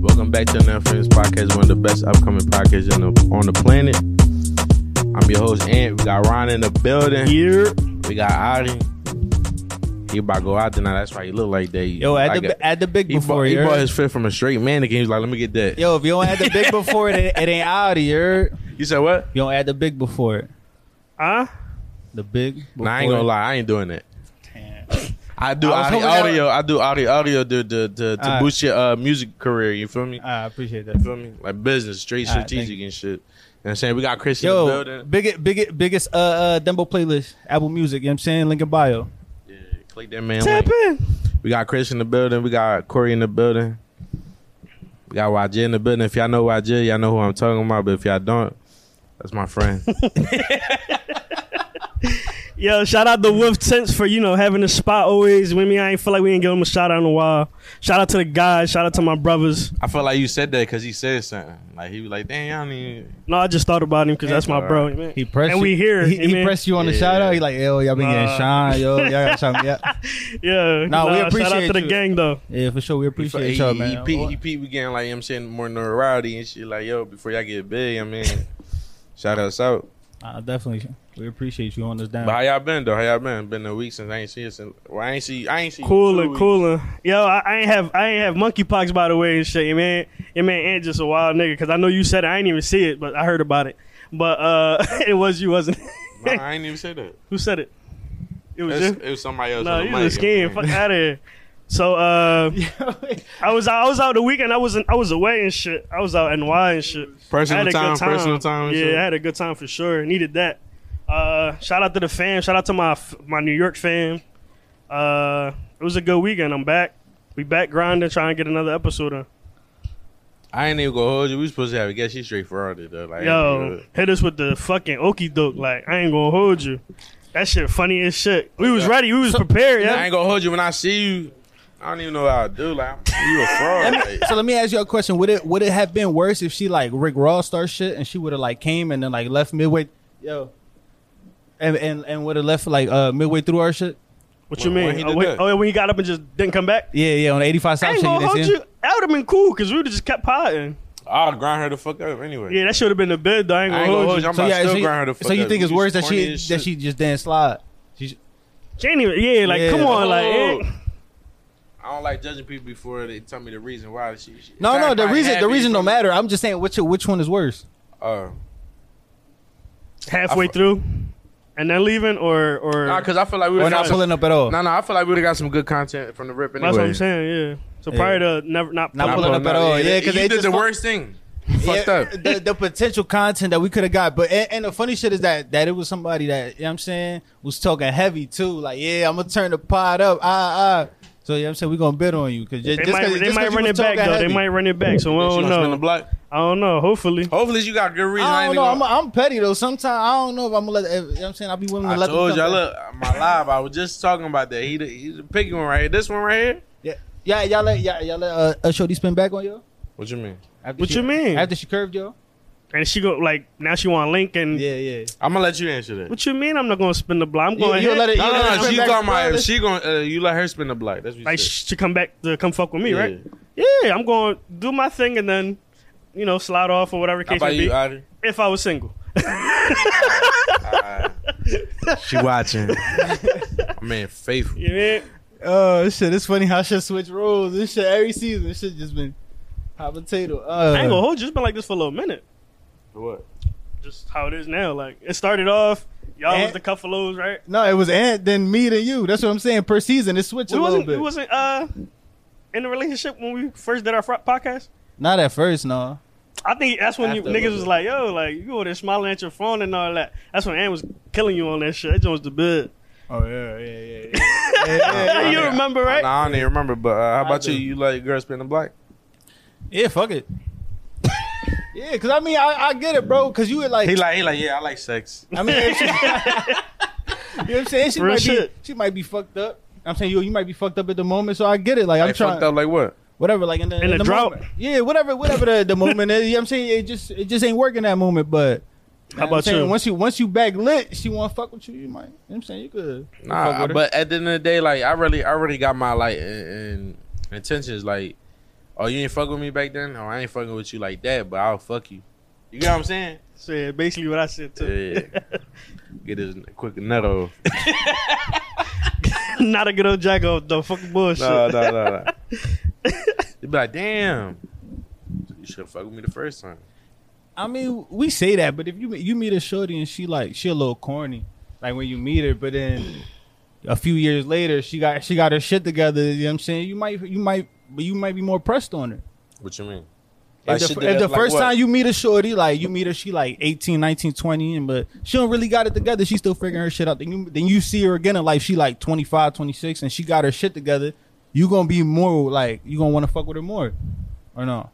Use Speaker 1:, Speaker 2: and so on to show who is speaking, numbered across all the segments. Speaker 1: Welcome back to Now Friends Podcast, one of the best upcoming podcasts on the, on the planet. I'm your host, Ant. We got Ron in the building.
Speaker 2: Here,
Speaker 1: We got Adi. He about to go out tonight. That's why he look like that.
Speaker 2: yo, add
Speaker 1: Like
Speaker 2: the
Speaker 1: a-
Speaker 2: add the big
Speaker 1: he, bought,
Speaker 2: before
Speaker 1: he
Speaker 2: you.
Speaker 1: bought
Speaker 2: heard?
Speaker 1: his fit from a straight man again. He was like, let me get that.
Speaker 2: Yo, if you don't add the big before it, it, it ain't out of here.
Speaker 1: You said what?
Speaker 2: You don't add the big before it.
Speaker 3: Huh?
Speaker 2: The big. Before
Speaker 1: Nah, I ain't gonna lie, I ain't doing that. I do
Speaker 2: I was
Speaker 1: audio,
Speaker 2: hoping that-
Speaker 1: audio. I do audio, audio to to to, to
Speaker 2: Ah.
Speaker 1: boost your uh, music career. You feel me?
Speaker 2: it. I appreciate
Speaker 1: You
Speaker 2: that.
Speaker 1: feel me? Like business, straight
Speaker 2: Ah, thank
Speaker 1: strategic and shit. You know what I'm saying we got Chris in the
Speaker 2: Yo,
Speaker 1: building.
Speaker 2: biggest, biggest, biggest uh, uh Dembo playlist, Apple Music. You know what I'm saying, Link in bio.
Speaker 1: Yeah, click that man.
Speaker 3: Tap
Speaker 1: Link.
Speaker 3: in.
Speaker 1: We got Chris in the building. We got Corey in the building. We got YJ in the building. If y'all know YJ, y'all know who I'm talking about. But if y'all don't, that's my friend.
Speaker 3: Yo, shout out the Wolf Tents for, you know, having a spot always with me. I ain't feel like we ain't give him a shout out in a while. Shout out to the guys. Shout out to my brothers.
Speaker 1: I feel like you said that because he said something. Like he was like, "Damn, y'all need."
Speaker 3: No, I just thought about him because that's my bro. man.
Speaker 2: He pressed.
Speaker 3: And
Speaker 2: you-
Speaker 3: we here,
Speaker 2: He, he
Speaker 3: amen.
Speaker 2: pressed you on the
Speaker 1: Yeah.
Speaker 2: shout out. He like, yo, y'all been getting
Speaker 3: Nah.
Speaker 2: shine, yo, y'all got something. Yeah, Nah,
Speaker 3: Yeah.
Speaker 2: we
Speaker 3: Shout out
Speaker 2: appreciate
Speaker 3: to the
Speaker 2: you.
Speaker 3: gang, though.
Speaker 2: yeah, for sure. We
Speaker 1: He E fe-
Speaker 2: appreciate
Speaker 1: he,
Speaker 2: y'all,
Speaker 1: he,
Speaker 2: man.
Speaker 1: pe- he pe- we getting like you know what I'm saying more notoriety and shit. Like yo, before y'all get big, I mean, shout us out.
Speaker 2: Uh, definitely, we appreciate you on this down.
Speaker 1: But how y'all been though? How y'all been? Been a week since I ain't seen you since. Well, I ain't see. I ain't see.
Speaker 3: Cooling, cooling. Yo, I, I ain't have I ain't have monkeypox by the way and shit, your man. Your man Ant just a wild nigga because I know you said it. I ain't even see it, but I heard about it. But uh, it was you, wasn't it?
Speaker 1: No, I ain't even say that.
Speaker 3: Who said it? It was
Speaker 1: That's-
Speaker 3: you.
Speaker 1: it was somebody else.
Speaker 3: No,
Speaker 1: on the
Speaker 3: you
Speaker 1: mic,
Speaker 3: was skiing.
Speaker 1: I
Speaker 3: Fuck
Speaker 1: mean.
Speaker 3: out of here. So uh, I was out, I was out the weekend. I wasn't I was away and shit. I was out NY and shit. I
Speaker 1: Personal
Speaker 3: had a
Speaker 1: time,
Speaker 3: good time.
Speaker 1: Personal time. and
Speaker 3: yeah,
Speaker 1: shit.
Speaker 3: I had a good time for sure. Needed that. Uh, shout out to the fam. Shout out to my f- my New York fam. Uh, it was a good weekend. I'm back. We back grinding, trying to get another episode. In.
Speaker 1: I ain't even gonna hold you. We supposed to have a guest. She's straight Ferrari though. Like
Speaker 3: Yo, hit us with the fucking okie doke. Like I ain't gonna hold you. That shit funny as shit. We was
Speaker 1: Yeah.
Speaker 3: ready. We was prepared.
Speaker 1: I
Speaker 3: Yeah.
Speaker 1: ain't gonna hold you when I see you. I don't even know what I do. Like you a fraud. like.
Speaker 2: so let me ask you a question. Would it would it have been worse if she like Rick Ross star shit and she would have like came and then like left midway? Yo. And and, and would have left like uh midway through our shit?
Speaker 3: What you
Speaker 1: When-
Speaker 3: mean?
Speaker 1: when he
Speaker 3: oh,
Speaker 1: did
Speaker 3: wait,
Speaker 1: that.
Speaker 3: oh, when he got up and just didn't come back.
Speaker 2: Yeah, yeah, on the 85
Speaker 3: I
Speaker 2: South
Speaker 3: ain't
Speaker 2: shit.
Speaker 3: gonna
Speaker 2: didn't
Speaker 3: hold
Speaker 2: see him?
Speaker 3: you. That would have been cool because we would have just kept potting.
Speaker 1: I'll grind her the fuck up anyway.
Speaker 3: Yeah, that should have been the bid. Though. I ain't
Speaker 1: I
Speaker 3: gonna
Speaker 1: ain't gonna
Speaker 3: hold
Speaker 1: hold
Speaker 3: you.
Speaker 1: you. I'm
Speaker 2: So,
Speaker 1: about
Speaker 2: yeah,
Speaker 1: to still
Speaker 2: so,
Speaker 1: grind her
Speaker 2: you,
Speaker 1: the fuck
Speaker 2: so you
Speaker 1: up.
Speaker 2: think it's
Speaker 1: You
Speaker 2: worse that
Speaker 1: corny
Speaker 2: she
Speaker 1: as
Speaker 2: that
Speaker 1: shit.
Speaker 2: she just didn't slide? She,
Speaker 3: She ain't even- yeah, like
Speaker 2: Yeah.
Speaker 3: come on, like
Speaker 1: Oh.
Speaker 3: eh.
Speaker 1: I don't like judging people before they tell me the reason why. She, she,
Speaker 2: no,
Speaker 1: If
Speaker 2: no, the
Speaker 1: everybody
Speaker 2: reason
Speaker 1: happy,
Speaker 2: the reason don't
Speaker 1: you feel
Speaker 2: matter. I'm just saying which which one is worse.
Speaker 1: me? Uh,
Speaker 3: halfway
Speaker 1: I fu-
Speaker 3: through, and then leaving or or.
Speaker 1: Nah, cause I feel like we
Speaker 2: We're
Speaker 1: would
Speaker 2: not
Speaker 1: have.
Speaker 2: pulling up at all.
Speaker 1: No, no, I feel like we would have got some good content from the rip anyway.
Speaker 3: that's what I'm saying. Yeah. So prior to never not
Speaker 2: Not
Speaker 3: pulling
Speaker 2: pulling
Speaker 3: up.
Speaker 2: up at all. Yeah, 'cause
Speaker 1: you
Speaker 2: they
Speaker 1: did
Speaker 2: just
Speaker 1: the
Speaker 2: fuck-
Speaker 1: worst thing. You
Speaker 2: Yeah,
Speaker 1: fucked up.
Speaker 2: The, the potential content that we could have got, but and, and the funny shit is that that it was somebody that you know what I'm saying was talking heavy too. Like, yeah, I'm gonna turn the pot up. Ah, ah. So yeah, I'm saying we gonna bid on you because
Speaker 3: They might, they might run it back though. They might run it back. So
Speaker 1: Bitch,
Speaker 3: I
Speaker 1: you
Speaker 3: don't
Speaker 1: gonna spin the
Speaker 3: know.
Speaker 1: block.
Speaker 3: I don't know. Hopefully,
Speaker 1: Hopefully, you got good reason.
Speaker 2: I
Speaker 1: ain't
Speaker 2: don't know.
Speaker 1: even
Speaker 2: I'm,
Speaker 1: gonna-
Speaker 2: I'm petty though. Sometimes I don't know if I'm gonna let. You know what I'm saying I'll be willing to
Speaker 1: I
Speaker 2: let. them
Speaker 1: told
Speaker 2: come
Speaker 1: y'all,
Speaker 2: back.
Speaker 1: look, my live. I was just talking about that. He, the, he's the picky one right here. This one right here.
Speaker 2: Yeah, yeah, y'all let y'all, y'all let uh, uh, Shorty spin back on you.
Speaker 1: What you mean?
Speaker 2: After
Speaker 3: What
Speaker 2: she-
Speaker 3: you mean?
Speaker 2: After she curved yo.
Speaker 3: and she go like now she want link and.
Speaker 2: Yeah, yeah.
Speaker 1: I'm gonna let you answer that.
Speaker 3: What you mean? I'm not gonna spin the block. I'm
Speaker 2: You-
Speaker 3: going.
Speaker 2: you let it-
Speaker 1: no,
Speaker 2: you let
Speaker 1: no,
Speaker 2: her
Speaker 1: no. She
Speaker 2: spin back
Speaker 1: got my.
Speaker 2: regardless?
Speaker 1: She gonna. Uh, you let her spin the block. That's what you
Speaker 3: Like
Speaker 1: said.
Speaker 3: sh- to come back to come fuck with me,
Speaker 1: Yeah.
Speaker 3: right? Yeah, I'm going do my thing and then, you know, slide off or whatever
Speaker 1: How
Speaker 3: case
Speaker 1: about
Speaker 3: may be.
Speaker 1: you, Adi?
Speaker 3: if I was single,
Speaker 1: She watching. Man, faithful.
Speaker 3: you know? what I mean?
Speaker 2: Oh shit! It's funny how shit switch roles. This shit every season. This shit just been hot potato. Uh,
Speaker 3: I ain't gonna hold you. It's been like this for a little minute.
Speaker 1: What?
Speaker 3: Just how it is now. Like it started off, y'all
Speaker 2: Eh.
Speaker 3: was the Cuffalos, right?
Speaker 2: No, it was Ant, then me, then you. That's what I'm saying. Per season, it switched
Speaker 3: We
Speaker 2: a little
Speaker 3: wasn't.
Speaker 2: bit.
Speaker 3: We wasn't uh in a relationship when we first did our fr- podcast.
Speaker 2: Not at first, no.
Speaker 3: I think that's when you
Speaker 1: After a little
Speaker 3: niggas was
Speaker 1: bit.
Speaker 3: like, "Yo, like you over there smiling at your phone and all that." That's when Ann was killing you on that shit. That joint was the bid.
Speaker 2: Oh yeah, yeah, yeah. yeah. yeah, yeah,
Speaker 3: you
Speaker 1: yeah.
Speaker 3: remember,
Speaker 1: I,
Speaker 3: right?
Speaker 1: nah, I don't even remember. But uh, how about
Speaker 2: do.
Speaker 1: you? You let your girl spin the block?
Speaker 2: Yeah, fuck it. yeah, cause I mean, I, I get it, bro. Cause you were like,
Speaker 1: He like. He like. Yeah, I like sex.
Speaker 2: I mean, if she, you know what I'm saying? She
Speaker 3: Real
Speaker 2: might
Speaker 3: shit.
Speaker 2: be, she might be fucked up. I'm saying you, you might be fucked up at the moment, so I get it. Like I'm
Speaker 1: Like,
Speaker 2: trying.
Speaker 1: fucked up like what?
Speaker 2: whatever, like in the,
Speaker 3: In the drought.
Speaker 2: moment. Yeah, whatever, whatever the, the moment is. You know what I'm saying? It just it just ain't working that moment, but
Speaker 3: How
Speaker 2: you know what
Speaker 3: about
Speaker 2: I'm saying?
Speaker 3: you?
Speaker 2: Once you once you back lit, she wanna fuck with you, you might you know what I'm saying you could you fuck
Speaker 1: Nah,
Speaker 2: with her.
Speaker 1: but at the end of the day, like I really, I really got my like in, in- intentions. Like, oh, you ain't fuck with me back then, or I ain't fucking with you like that, but I'll fuck you. You get what I'm saying?
Speaker 3: So, yeah, basically what I said too.
Speaker 1: Yeah. Get his quick nut off.
Speaker 3: Not a good old jack off the fucking bullshit.
Speaker 1: No, no, no, no. You be like, damn, you should have fucked with me the first time.
Speaker 2: I mean, we say that, but if you you meet a shorty and she like she a little corny, like when you meet her, but then a few years later she got she got her shit together. You know what I'm saying? You might you might but you might be more pressed on her.
Speaker 1: What you mean? Like,
Speaker 2: If
Speaker 1: shit
Speaker 2: the,
Speaker 1: that-
Speaker 2: if the
Speaker 1: like
Speaker 2: first
Speaker 1: what?
Speaker 2: time you meet a shorty, like you meet her, she like 18, 19, 20, and but she don't really got it together. She still figuring her shit out. Then you then you see her again in life, she like 25, 26, and she got her shit together. You gonna be more like you gonna want to fuck with her more, or no?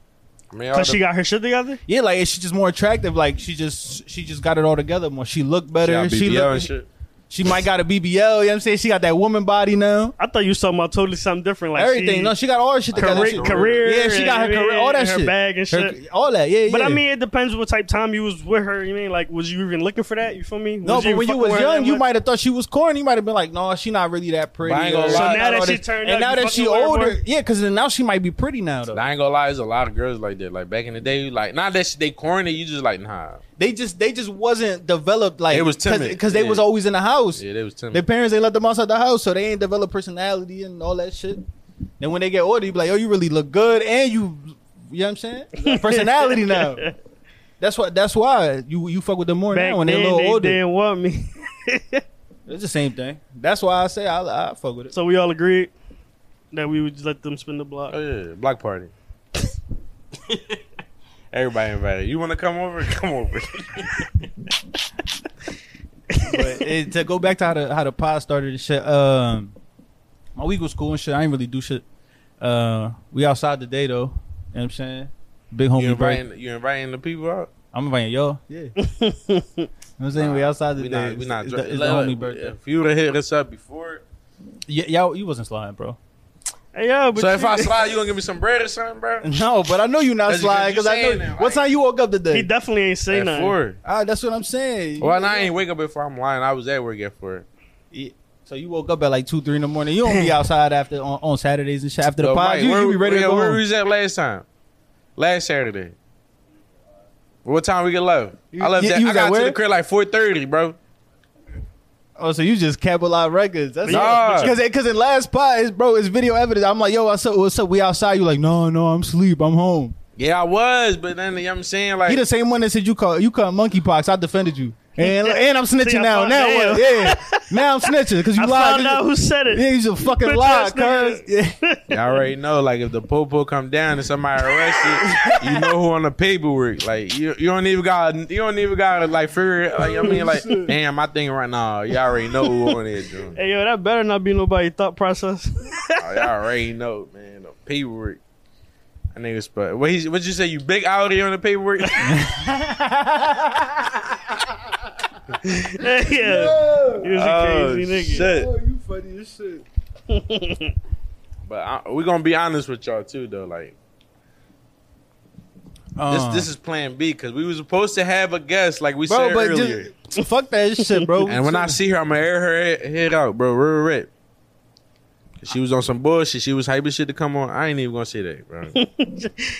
Speaker 1: I mean, all
Speaker 3: Cause
Speaker 1: the-
Speaker 3: she got her shit together.
Speaker 2: Yeah, like she's just more attractive. Like she just she just got it all together more. She looked
Speaker 1: she got
Speaker 2: better. She,
Speaker 1: BBL
Speaker 2: look,
Speaker 1: and shit.
Speaker 2: she might got a BBL. You know what I'm saying? She got that woman body now.
Speaker 3: I thought you was talking about totally something different. Like
Speaker 2: Everything.
Speaker 3: She,
Speaker 2: no, she got all her shit together.
Speaker 3: career,
Speaker 2: She-
Speaker 3: career.
Speaker 2: Yeah, she got her
Speaker 3: and-
Speaker 2: career, all that
Speaker 3: and her
Speaker 2: shit.
Speaker 3: bag and
Speaker 2: her-
Speaker 3: shit.
Speaker 2: all that. Yeah, yeah.
Speaker 3: But I mean, it depends what type of time you was with her. You mean like was you even looking for that? You feel me?
Speaker 2: No, but
Speaker 3: even
Speaker 2: when you
Speaker 3: fucking
Speaker 2: was
Speaker 3: with her
Speaker 2: young,
Speaker 3: that
Speaker 2: you
Speaker 3: much?
Speaker 2: might have thought she was corny. You might have been like, "No, she not really that pretty."
Speaker 1: But I ain't gonna
Speaker 2: or
Speaker 1: lie. So
Speaker 2: not
Speaker 3: now that
Speaker 2: all
Speaker 3: she
Speaker 2: this-
Speaker 3: turned
Speaker 2: and
Speaker 3: up,
Speaker 2: now
Speaker 3: you
Speaker 2: that
Speaker 3: fucking
Speaker 2: she
Speaker 3: with her,
Speaker 2: older,
Speaker 3: boy?
Speaker 2: yeah, because now she might be pretty now though.
Speaker 1: I ain't gonna lie, there's a lot of girls like that. Like back in the day, like not that shit, they corny, you just like nah.
Speaker 2: They just they just wasn't developed like
Speaker 1: They was timid.
Speaker 2: because they
Speaker 1: Yeah.
Speaker 2: was always in the house.
Speaker 1: Yeah, they was
Speaker 2: Mm-hmm. Their
Speaker 1: timid.
Speaker 2: parents they let them outside the house, so they ain't develop personality and all that shit. Then when they get older, you be like, "Oh, you really look good," and you, you know what I'm saying? You got personality now. That's what. That's why you you fuck with them more
Speaker 3: back
Speaker 2: now when they
Speaker 3: then,
Speaker 2: a little
Speaker 3: they
Speaker 2: older.
Speaker 3: didn't want me.
Speaker 2: It's the same thing. That's why I say I, I fuck with it.
Speaker 3: So we all agreed that we would let them spin the block.
Speaker 1: Oh yeah, block party. Everybody invited. You want to come over? Come over.
Speaker 2: but it, to go back to how the how the pod started and shit. Um, my week was cool and shit. I ain't really do shit. Uh, we outside today though. You know what I'm saying? Big
Speaker 1: you
Speaker 2: homie break.
Speaker 1: inviting? You inviting the people out?
Speaker 2: I'm inviting y'all. Yeah. you know what I'm saying? we outside
Speaker 1: We
Speaker 2: today.
Speaker 1: not. We not.
Speaker 2: It's,
Speaker 1: dri-
Speaker 2: the, it's the
Speaker 1: Look,
Speaker 2: homie birthday.
Speaker 1: If you would have hit us up before,
Speaker 2: Yeah, y'all, you wasn't sliding, bro.
Speaker 3: Hey, yo, but
Speaker 1: so if
Speaker 3: you-
Speaker 1: I slide, you gonna give me some bread or something, bro?
Speaker 2: No, but I know you not
Speaker 1: That's
Speaker 2: sliding
Speaker 1: because
Speaker 2: because
Speaker 1: you
Speaker 2: I know.
Speaker 1: saying that,
Speaker 2: what
Speaker 1: like-
Speaker 2: time you woke up today?
Speaker 3: he definitely ain't say
Speaker 1: At
Speaker 3: nothing.
Speaker 1: four.
Speaker 2: All right, that's what I'm saying.
Speaker 1: Well, and I ain't wake up if I'm lying. I was at work at four.
Speaker 2: Yeah. So you woke up at like two, three in the morning. You don't be outside after on, on Saturdays and shit after the
Speaker 1: Yo,
Speaker 2: pod.
Speaker 1: Mike,
Speaker 2: You,
Speaker 1: where,
Speaker 2: you be ready to
Speaker 1: where,
Speaker 2: go.
Speaker 1: Where
Speaker 2: home.
Speaker 1: we was at last time? Last Saturday. What time we get left? I left
Speaker 2: you-
Speaker 1: that.
Speaker 2: you
Speaker 1: I
Speaker 2: was at
Speaker 1: got to
Speaker 2: where?
Speaker 1: the crib like four thirty, bro.
Speaker 2: Oh, so you just cap a lot of records. That's
Speaker 1: Nah.
Speaker 2: because because in last spot, it's, bro, it's video evidence. I'm like, yo, what's up? What's up? We outside. You like, no, no, I'm sleep. I'm home.
Speaker 1: Yeah, I was, but then you know what I'm saying
Speaker 2: He
Speaker 1: like
Speaker 2: the same one that said you call you caught monkeypox. I defended you, and and I'm snitching
Speaker 3: I
Speaker 2: now.
Speaker 3: found-
Speaker 2: Now what?
Speaker 3: damn.
Speaker 2: Yeah, now I'm snitching because you
Speaker 3: I
Speaker 2: lied.
Speaker 3: found out who said it.
Speaker 2: yeah, you just fucking
Speaker 3: Bitch
Speaker 2: lie,
Speaker 3: ass
Speaker 2: cuz.
Speaker 3: nigga.
Speaker 2: Yeah.
Speaker 1: I already know like if the popo come down and somebody arrested, you know who on the paperwork. Like you, you don't even got you don't even got like figure it- like I mean like damn, my thing right now. You already know who on it, dude.
Speaker 3: Hey, yo, that better not be nobody thought process.
Speaker 1: I already know, man. The paperwork. I nigga spell. What he, what you say? You big out here on the paperwork?
Speaker 3: yeah, he was a crazy nigga.
Speaker 1: Oh, shit.
Speaker 2: you funny as shit.
Speaker 1: But I, we gonna be honest with y'all too, though. Like this, this is Plan B because we was supposed to have a guest, like we
Speaker 2: Uh. bro,
Speaker 1: said
Speaker 2: but
Speaker 1: earlier.
Speaker 2: just, fuck that shit, bro.
Speaker 1: and when I see her, I'm gonna air her head, head out, bro. Real rip. She was on some bullshit. She was hyping shit to come on. I ain't even gonna say that, bro. yeah,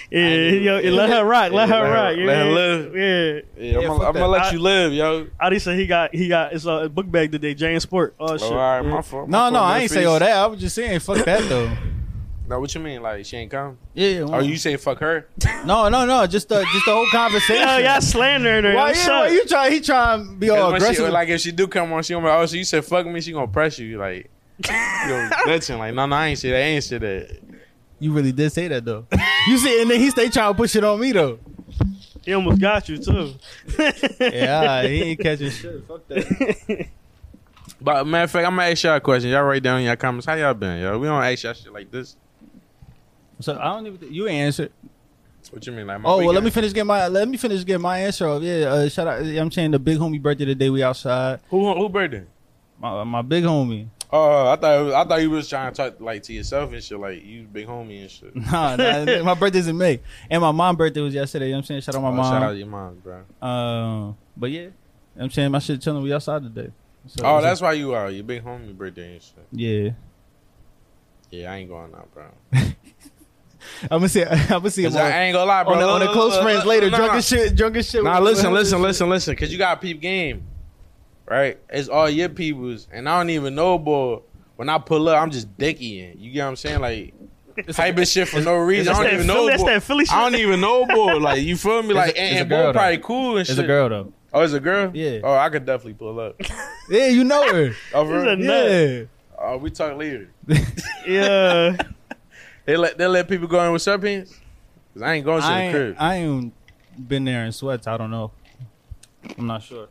Speaker 3: Yeah, yo, let her rock, let
Speaker 1: Yeah,
Speaker 3: her
Speaker 1: let her- let
Speaker 3: rock,
Speaker 1: her
Speaker 3: yeah.
Speaker 1: live.
Speaker 3: Yeah,
Speaker 1: I'm,
Speaker 2: Yeah,
Speaker 1: gonna,
Speaker 2: fuck
Speaker 1: I'm gonna
Speaker 2: that.
Speaker 1: let
Speaker 3: I-
Speaker 1: you live, yo.
Speaker 3: Adi said he got he got it's a book bag today, Jane Sport. Oh shit,
Speaker 1: all right,
Speaker 3: Yeah.
Speaker 1: my fault. my
Speaker 2: no,
Speaker 1: fault,
Speaker 2: no, I ain't
Speaker 1: Memphis.
Speaker 2: say all that. I was just saying, fuck that though.
Speaker 1: No, what you mean? Like she ain't come?
Speaker 2: Yeah.
Speaker 1: Oh, you saying fuck her?
Speaker 2: No, no, no. Just the just the whole conversation.
Speaker 3: Yo, y'all slandering her.
Speaker 2: Why,
Speaker 3: I'm
Speaker 2: yeah, why
Speaker 3: shocked.
Speaker 2: you try? He trying to be all
Speaker 1: Cause when she-
Speaker 2: aggressive.
Speaker 1: like if she do come on, she gonna be like, oh, so you said fuck me, she gonna press you like. you know, bitching like no, no, I ain't say that, I ain't say that.
Speaker 2: you really did say that though. you see, and then he stay trying to push it on me though.
Speaker 3: He almost got you too.
Speaker 2: Yeah, all right, he ain't catching shit. Fuck that.
Speaker 1: But matter of fact, I'm gonna ask y'all a question. Y'all write down in your comments. How y'all been, yo? We don't ask y'all shit like this.
Speaker 2: So I don't even. Think, you ain't answered.
Speaker 1: What you mean, like? My
Speaker 2: Oh well, let
Speaker 1: weekend?
Speaker 2: me finish getting my let me finish getting my answer off. Yeah, uh, shout out. I'm saying the big homie birthday today. We outside.
Speaker 1: Who who birthday?
Speaker 2: My my big homie.
Speaker 1: Oh, I thought it was, I thought you was trying to talk like to yourself and shit, like you big homie and shit.
Speaker 2: Nah, nah, my birthday's in May, and my mom's birthday was yesterday. You know what I'm saying, shout out my
Speaker 1: Oh,
Speaker 2: mom.
Speaker 1: Shout out to your mom, bro.
Speaker 2: Um, but yeah, you know what I'm saying my shit chilling. We outside today. So it
Speaker 1: Oh,
Speaker 2: was
Speaker 1: that's why you are your big homie birthday and shit.
Speaker 2: a- yeah.
Speaker 1: Yeah, I ain't going out, bro.
Speaker 2: I'm gonna see. I'm gonna see him
Speaker 1: 'Cause
Speaker 2: on,
Speaker 1: I ain't gonna lie, bro.
Speaker 2: on the,
Speaker 1: Look,
Speaker 2: on the
Speaker 1: look,
Speaker 2: close
Speaker 1: look,
Speaker 2: friends
Speaker 1: look,
Speaker 2: later.
Speaker 1: look,
Speaker 2: drunk
Speaker 1: nah.
Speaker 2: as shit. Drunk as shit.
Speaker 1: Nah,
Speaker 2: What-
Speaker 1: listen,
Speaker 2: what-
Speaker 1: listen, listen, listen, because you got peep game, right? It's all your peoples, and I don't even know, boy. When I pull up, I'm just dickying. You get what I'm saying? Like, type of shit for no reason.
Speaker 3: That's
Speaker 1: I don't
Speaker 3: that
Speaker 1: even
Speaker 3: Philly-
Speaker 1: know,
Speaker 3: that's
Speaker 1: boy.
Speaker 3: that Philly shit.
Speaker 1: I don't even know, boy. Like, you feel me? Like,
Speaker 2: a-
Speaker 1: and,
Speaker 2: it's a
Speaker 1: and
Speaker 2: girl,
Speaker 1: boy
Speaker 2: though.
Speaker 1: probably cool and
Speaker 2: It's
Speaker 1: shit.
Speaker 2: a girl though.
Speaker 1: Oh, it's a girl?
Speaker 2: Yeah.
Speaker 1: Oh, I could definitely pull up.
Speaker 2: Yeah, you know her.
Speaker 1: Oh, for
Speaker 3: It's a
Speaker 1: real?
Speaker 2: yeah.
Speaker 3: nut.
Speaker 1: Oh, we talk later.
Speaker 3: Yeah.
Speaker 1: They let they let people go in with sweatpants? Cause I ain't going to
Speaker 2: I
Speaker 1: the crib.
Speaker 2: ain't, I ain't been there in sweats. I don't know. I'm not sure.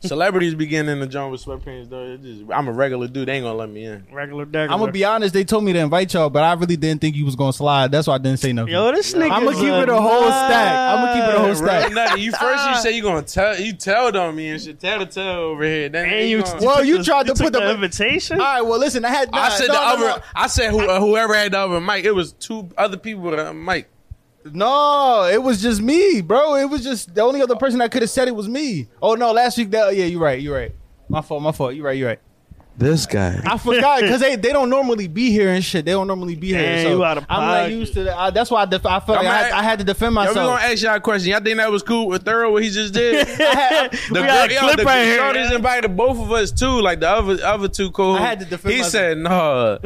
Speaker 1: Celebrities be getting in the joint with sweatpants though. It's just, I'm a regular dude. They ain't gonna let me in.
Speaker 3: Regular dagger.
Speaker 2: I'm gonna be honest. They told me to invite y'all, but I really didn't think you was gonna slide. That's why I didn't say nothing.
Speaker 3: Yo, this nigga.
Speaker 2: I'ma keep it a whole stack. I'ma keep it a whole
Speaker 1: Real
Speaker 2: stack.
Speaker 1: nutty. You first you say you gonna tell you telled on me and shit. Tell the tell over here. Then
Speaker 3: And you,
Speaker 1: gonna-
Speaker 2: Well, you
Speaker 3: took
Speaker 2: tried to
Speaker 3: took
Speaker 2: put the-
Speaker 3: invitation.
Speaker 2: All right. Well, listen. I had.
Speaker 1: I
Speaker 2: nah,
Speaker 1: said
Speaker 2: no,
Speaker 1: the
Speaker 2: no,
Speaker 1: other.
Speaker 2: no.
Speaker 1: I said who, uh, whoever had the other mic. It was two other people with a mic.
Speaker 2: No, it was just me, bro. It was just the only other person that could have said it was me. Oh no, last week that yeah, you're right, you're right. My fault, my fault. You're right, you're right.
Speaker 1: This guy.
Speaker 2: I forgot because they, they don't normally be here and shit. They don't normally be here.
Speaker 3: Damn,
Speaker 2: So
Speaker 3: you out of
Speaker 2: I'm not
Speaker 3: pocket.
Speaker 2: used to that. I, that's why I, def- I felt
Speaker 1: I'm
Speaker 2: like I had,
Speaker 1: at-
Speaker 2: I had to defend
Speaker 1: Yo, we gonna
Speaker 2: myself.
Speaker 1: ask y'all a question. Y'all think that was cool with thorough what he just did?
Speaker 3: we
Speaker 1: The
Speaker 2: had-
Speaker 3: got a
Speaker 1: girl- yo,
Speaker 3: clip
Speaker 1: the
Speaker 3: right here.
Speaker 1: shorties invited both of us too, like the other other two co.
Speaker 2: I had to defend
Speaker 1: He
Speaker 2: myself.
Speaker 1: said, "Nah,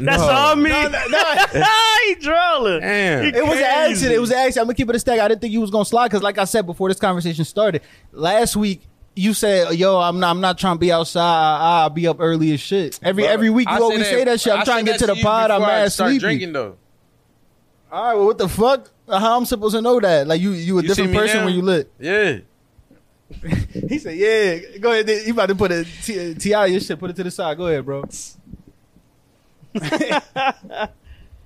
Speaker 3: That's all me.
Speaker 2: No, no, no.
Speaker 3: he drooling.
Speaker 1: Damn.
Speaker 3: He
Speaker 1: It
Speaker 2: It was an
Speaker 3: crazy.
Speaker 2: accident. It was an accident. I'm gonna keep it a stack. I didn't think you was gonna slide because, like I said before, this conversation started last week. You said, "Yo, I'm not. I'm not trying to be outside. I, I'll be up early as shit." Every
Speaker 1: Brother,
Speaker 2: every week
Speaker 1: I
Speaker 2: you always say that shit. I'm
Speaker 1: I
Speaker 2: trying to
Speaker 1: said
Speaker 2: get to
Speaker 1: that
Speaker 2: the
Speaker 1: you
Speaker 2: pod. I'm
Speaker 1: before I
Speaker 2: mad
Speaker 1: start
Speaker 2: sleepy.
Speaker 1: drinking though.
Speaker 2: All right, well, what the fuck? How I'm supposed to know that? Like you, you a
Speaker 1: You see
Speaker 2: different
Speaker 1: me
Speaker 2: person
Speaker 1: now?
Speaker 2: when you lit.
Speaker 1: Yeah.
Speaker 2: He said, "Yeah, go ahead. You about to put a T- ti your shit. Put it to the side. Go ahead, bro.
Speaker 1: I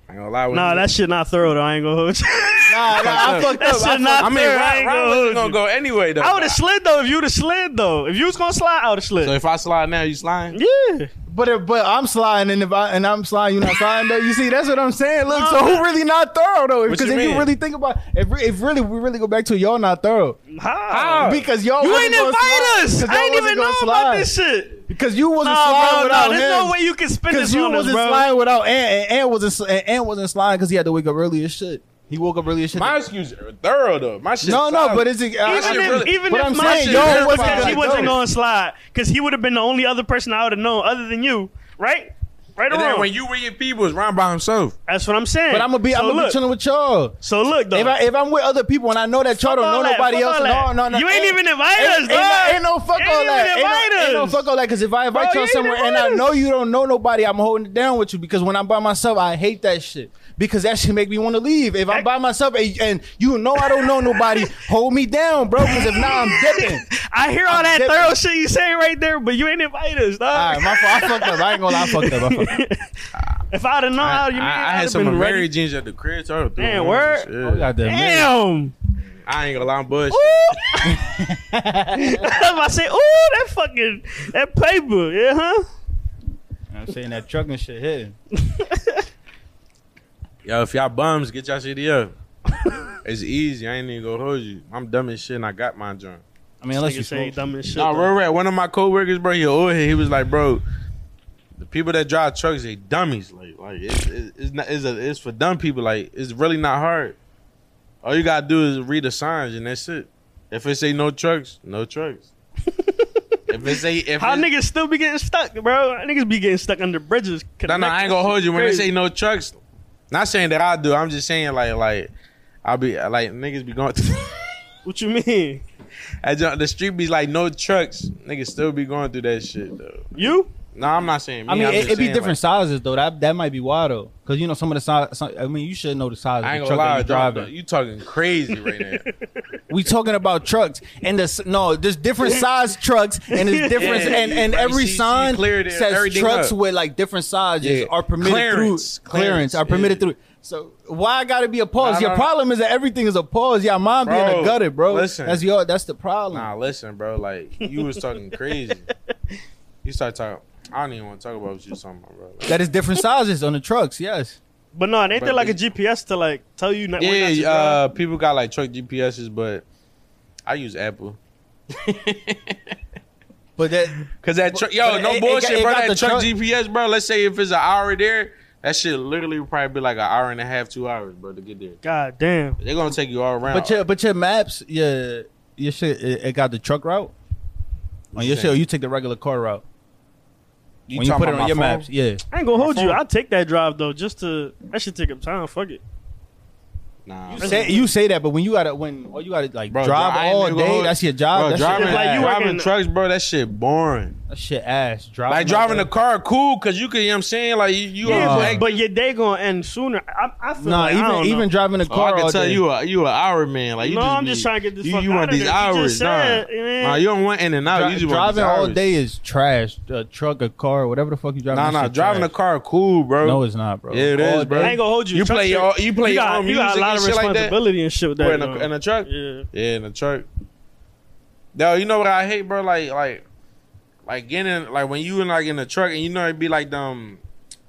Speaker 1: ain't gonna lie with
Speaker 3: Nah,
Speaker 1: you.
Speaker 3: that shit not thorough though. I ain't gonna hold you.
Speaker 2: Nah, nah I
Speaker 1: That
Speaker 2: fucked
Speaker 3: That
Speaker 2: up. I
Speaker 3: shit
Speaker 2: fucked-
Speaker 3: not
Speaker 1: I mean,
Speaker 3: fair. I
Speaker 1: Ryan,
Speaker 3: ain't
Speaker 1: Ryan
Speaker 3: gonna
Speaker 1: wasn't
Speaker 3: hold
Speaker 1: gonna
Speaker 3: you.
Speaker 1: go anyway though.
Speaker 3: I would have slid though if you'd have slid though. If you was gonna slide, I would have slid.
Speaker 1: So if I slide now, you sliding?
Speaker 3: yeah.
Speaker 2: but if- but I'm sliding, and if I and I'm sliding, you're not sliding. Though you see, that's what I'm saying. Look, so who really not thorough though?
Speaker 1: What
Speaker 2: Because
Speaker 1: you
Speaker 2: if you
Speaker 1: mean?
Speaker 2: really think about, if re- if really we really go back to it, y'all not thorough
Speaker 3: How?
Speaker 2: because y'all
Speaker 3: you
Speaker 2: wasn't
Speaker 3: ain't
Speaker 2: gonna
Speaker 3: invite
Speaker 2: slide.
Speaker 3: us.
Speaker 2: 'Cause
Speaker 3: I
Speaker 2: y'all
Speaker 3: ain't
Speaker 2: wasn't
Speaker 3: even
Speaker 2: gonna
Speaker 3: know
Speaker 2: slide.
Speaker 3: about this shit.
Speaker 2: because you wasn't
Speaker 3: Nah,
Speaker 2: sliding
Speaker 3: bro,
Speaker 2: without
Speaker 3: nah, there's
Speaker 2: him.
Speaker 3: no way you can spin
Speaker 2: Because
Speaker 3: this
Speaker 2: you
Speaker 3: on us,
Speaker 2: wasn't
Speaker 3: bro.
Speaker 2: sliding without Ant, and Ant wasn't sl- and Ant wasn't sliding because he had to wake up early as shit. He woke up early as shit.
Speaker 1: My excuse thorough though. My shit.
Speaker 2: no, no,
Speaker 1: solid.
Speaker 2: but it's a, I-
Speaker 1: shit
Speaker 3: Even if,
Speaker 1: really-
Speaker 3: even
Speaker 2: but
Speaker 3: if
Speaker 2: I'm
Speaker 3: my
Speaker 2: saying,
Speaker 3: shit
Speaker 2: yo,
Speaker 3: was
Speaker 2: what's
Speaker 3: because
Speaker 2: that
Speaker 3: he
Speaker 2: like,
Speaker 3: wasn't
Speaker 2: yo?
Speaker 3: gonna slide, because he would have been the only other person I would have known other than you, right? Right or
Speaker 1: And then
Speaker 3: wrong?
Speaker 1: when you with your people, it's Ryan by himself.
Speaker 3: That's what I'm saying.
Speaker 2: but I'm gonna be
Speaker 3: So
Speaker 2: I'm gonna
Speaker 3: look,
Speaker 2: be chilling with y'all.
Speaker 3: So look though.
Speaker 2: If, I, if I'm with other people and I know that y'all
Speaker 3: Fuck
Speaker 2: don't know
Speaker 3: all that,
Speaker 2: nobody
Speaker 3: fuck
Speaker 2: else,
Speaker 3: all
Speaker 2: no,
Speaker 3: that.
Speaker 2: no, no.
Speaker 3: You ain't even invite
Speaker 2: ain't-
Speaker 3: us,
Speaker 2: ain't,
Speaker 3: dog.
Speaker 2: no- ain't no fuck
Speaker 3: You
Speaker 2: all
Speaker 3: ain't
Speaker 2: that.
Speaker 3: even
Speaker 2: Ain't no,
Speaker 3: invite
Speaker 2: ain't no
Speaker 3: us.
Speaker 2: fuck all that. Because if I invite
Speaker 3: Bro, you
Speaker 2: y'all
Speaker 3: ain't
Speaker 2: somewhere and I
Speaker 3: invite us.
Speaker 2: know you don't know nobody, I'm holding it down with you. Because when I'm by myself, I hate that shit. Because that shit make me want to leave. If I'm by myself and, and you know I don't know nobody, hold me down, bro. Because if not, I'm dipping.
Speaker 3: I hear all
Speaker 2: I'm
Speaker 3: that
Speaker 2: dipping.
Speaker 3: thorough shit you say right there, but you ain't invite us, dog.
Speaker 2: All right, my fault. I fucked up. I ain't gonna lie. I fucked up. I fucked up.
Speaker 3: if I'd have known how
Speaker 1: I,
Speaker 3: Oh, you mean,
Speaker 1: I- I
Speaker 3: I'd
Speaker 1: had
Speaker 3: have
Speaker 1: some
Speaker 3: been
Speaker 1: of
Speaker 3: ready.
Speaker 1: Mary jeans at the crib. So I threw
Speaker 3: Damn,
Speaker 1: them on
Speaker 3: word.
Speaker 1: and shit.
Speaker 2: Oh, goddamn, man.
Speaker 3: Damn.
Speaker 1: I ain't gonna lie, I'm bullshit.
Speaker 3: I say, ooh, that fucking that paper, yeah, huh?
Speaker 2: I'm saying that truck and shit hit.
Speaker 1: Yo, if y'all bums, get y'all shit up. it's easy. I ain't even gonna hold you. I'm dumb as shit and I got my joint.
Speaker 2: I mean, unless you
Speaker 3: Nigga say
Speaker 2: smoke.
Speaker 3: dumb as shit.
Speaker 1: Nah,
Speaker 3: though.
Speaker 1: real rap. One of my coworkers, bro, he a old head. He was like, bro, the people that drive trucks, they dummies. Like, like it's it's, it's, not, it's, a, it's for dumb people. Like, it's really not hard. All you gotta do is read the signs, and that's it. If it say no trucks, no trucks. if it say if
Speaker 3: How
Speaker 1: it,
Speaker 3: niggas still be getting stuck, bro? Niggas be getting stuck under bridges.
Speaker 1: No, no, I ain't gonna hold you. When they say no trucks, not saying that I do. I'm just saying like like I'll be like niggas be going.
Speaker 3: what you mean?
Speaker 1: I ju- the street be like no trucks. Niggas still be going through that shit though.
Speaker 3: You?
Speaker 1: No, I'm not saying. Me.
Speaker 2: I mean,
Speaker 1: I'm
Speaker 2: it,
Speaker 1: just
Speaker 2: it be
Speaker 1: saying,
Speaker 2: different
Speaker 1: like,
Speaker 2: sizes though. That that might be wild though, because you know some of the size. Some, I mean, you should know the size
Speaker 1: I
Speaker 2: of
Speaker 1: ain't
Speaker 2: the
Speaker 1: gonna
Speaker 2: truck that
Speaker 1: lie,
Speaker 2: you
Speaker 1: dog.
Speaker 2: driving.
Speaker 1: You talking crazy right now.
Speaker 2: We talking about trucks and the s- no, there's different size trucks and there's different
Speaker 1: Yeah,
Speaker 2: and and
Speaker 1: right,
Speaker 2: every
Speaker 1: she- she
Speaker 2: sign
Speaker 1: cleared it,
Speaker 2: says
Speaker 1: everything
Speaker 2: trucks
Speaker 1: up.
Speaker 2: with like different sizes
Speaker 1: Yeah.
Speaker 2: are permitted
Speaker 1: Clearance,
Speaker 2: through
Speaker 1: clearance,
Speaker 2: clearance are permitted
Speaker 1: yeah.
Speaker 2: through. So why I gotta be a pause?
Speaker 1: Nah,
Speaker 2: Your
Speaker 1: nah, nah.
Speaker 2: problem is that everything is a pause. Your mom being a
Speaker 1: Bro,
Speaker 2: gutter, bro.
Speaker 1: listen.
Speaker 2: That's your that's the problem.
Speaker 1: nah, listen, bro. Like you was talking crazy. You start talking. I don't even want to talk about what you talking about, bro. Like,
Speaker 2: That is different sizes on the trucks. Yes.
Speaker 3: But no, ain't there
Speaker 1: But
Speaker 3: like a
Speaker 1: they-
Speaker 3: GPS to like tell you? Not, when not to
Speaker 1: yeah,
Speaker 3: drive?
Speaker 1: uh, people got like truck GPSs, but I use Apple.
Speaker 2: But that
Speaker 1: Cause that truck, yo,
Speaker 2: but
Speaker 1: no
Speaker 2: it- it got-
Speaker 1: bullshit,
Speaker 2: it
Speaker 1: bro.
Speaker 2: got the
Speaker 1: That truck
Speaker 2: truck-
Speaker 1: GPS, bro. Let's say if it's an hour there, that shit literally would probably be like an hour and a half, two hours, bro, to get there.
Speaker 3: God damn.
Speaker 1: They're gonna take you all around.
Speaker 2: but your but your maps, your your shit it, it got the truck route. On
Speaker 1: you
Speaker 2: your
Speaker 1: saying?
Speaker 2: shit, you take the regular car route.
Speaker 1: you
Speaker 2: when you
Speaker 1: talking
Speaker 2: put it
Speaker 1: about
Speaker 2: on your
Speaker 1: my phone?
Speaker 2: maps, yeah.
Speaker 3: I ain't gonna
Speaker 1: My
Speaker 3: hold you.
Speaker 1: phone.
Speaker 3: I'll take that drive though, just to that should take up time. Fuck it.
Speaker 1: Nah,
Speaker 2: You say, you say that, but when you gotta when or you gotta like
Speaker 1: Bro,
Speaker 2: drive
Speaker 1: dri- I ain't
Speaker 2: all
Speaker 1: even
Speaker 2: day,
Speaker 1: gonna-
Speaker 2: that's your job.
Speaker 1: bro,
Speaker 2: that,
Speaker 1: driving,
Speaker 2: shit,
Speaker 3: It's like you
Speaker 1: driving
Speaker 3: working-
Speaker 1: trucks, bro. That shit boring.
Speaker 2: that shit ass. Driving
Speaker 1: Like driving
Speaker 2: all
Speaker 1: a
Speaker 2: day.
Speaker 1: car, cool, cause you can. You know what I'm saying, like you, uh, you
Speaker 3: Yeah,
Speaker 1: are,
Speaker 3: but,
Speaker 1: like,
Speaker 3: but your day gonna end sooner. I, I feel
Speaker 2: Nah,
Speaker 3: like, I
Speaker 2: even
Speaker 3: don't
Speaker 2: even
Speaker 3: know.
Speaker 2: driving a
Speaker 1: Oh, I
Speaker 2: car.
Speaker 1: can
Speaker 2: all
Speaker 1: tell
Speaker 2: day.
Speaker 1: you, a, you an hour man. Like you
Speaker 3: no,
Speaker 1: just
Speaker 3: I'm
Speaker 1: be-
Speaker 3: just trying to get this.
Speaker 1: You,
Speaker 3: fuck
Speaker 1: you
Speaker 3: out
Speaker 1: want
Speaker 3: of
Speaker 1: these
Speaker 3: there. You
Speaker 1: hours?
Speaker 3: just
Speaker 1: Nah.
Speaker 3: said, man.
Speaker 1: nah, you don't want in and out. you
Speaker 2: Dri-
Speaker 1: just want
Speaker 2: driving
Speaker 1: these
Speaker 2: all
Speaker 1: hours.
Speaker 2: day is trash. A truck, a car, whatever the fuck you driving.
Speaker 1: Nah,
Speaker 2: that
Speaker 1: nah,
Speaker 2: shit
Speaker 1: driving
Speaker 2: trash.
Speaker 1: a car, cool, bro.
Speaker 2: No, it's not, bro.
Speaker 1: Yeah, it
Speaker 2: All
Speaker 1: is, bro.
Speaker 3: I ain't gonna hold you.
Speaker 1: You
Speaker 3: Truck
Speaker 1: play
Speaker 3: shit-
Speaker 1: your, you play
Speaker 3: you
Speaker 1: your
Speaker 3: got,
Speaker 1: own
Speaker 3: you
Speaker 1: music
Speaker 3: got a lot
Speaker 1: and
Speaker 3: of
Speaker 1: shit like that.
Speaker 3: responsibility and shit with
Speaker 1: Or
Speaker 3: that.
Speaker 1: in
Speaker 3: though.
Speaker 1: a, in a truck.
Speaker 3: yeah.
Speaker 1: Yeah, in the truck. No, you know what I hate, bro? Like, like, like getting like when you in like in the truck and you know it'd be like them,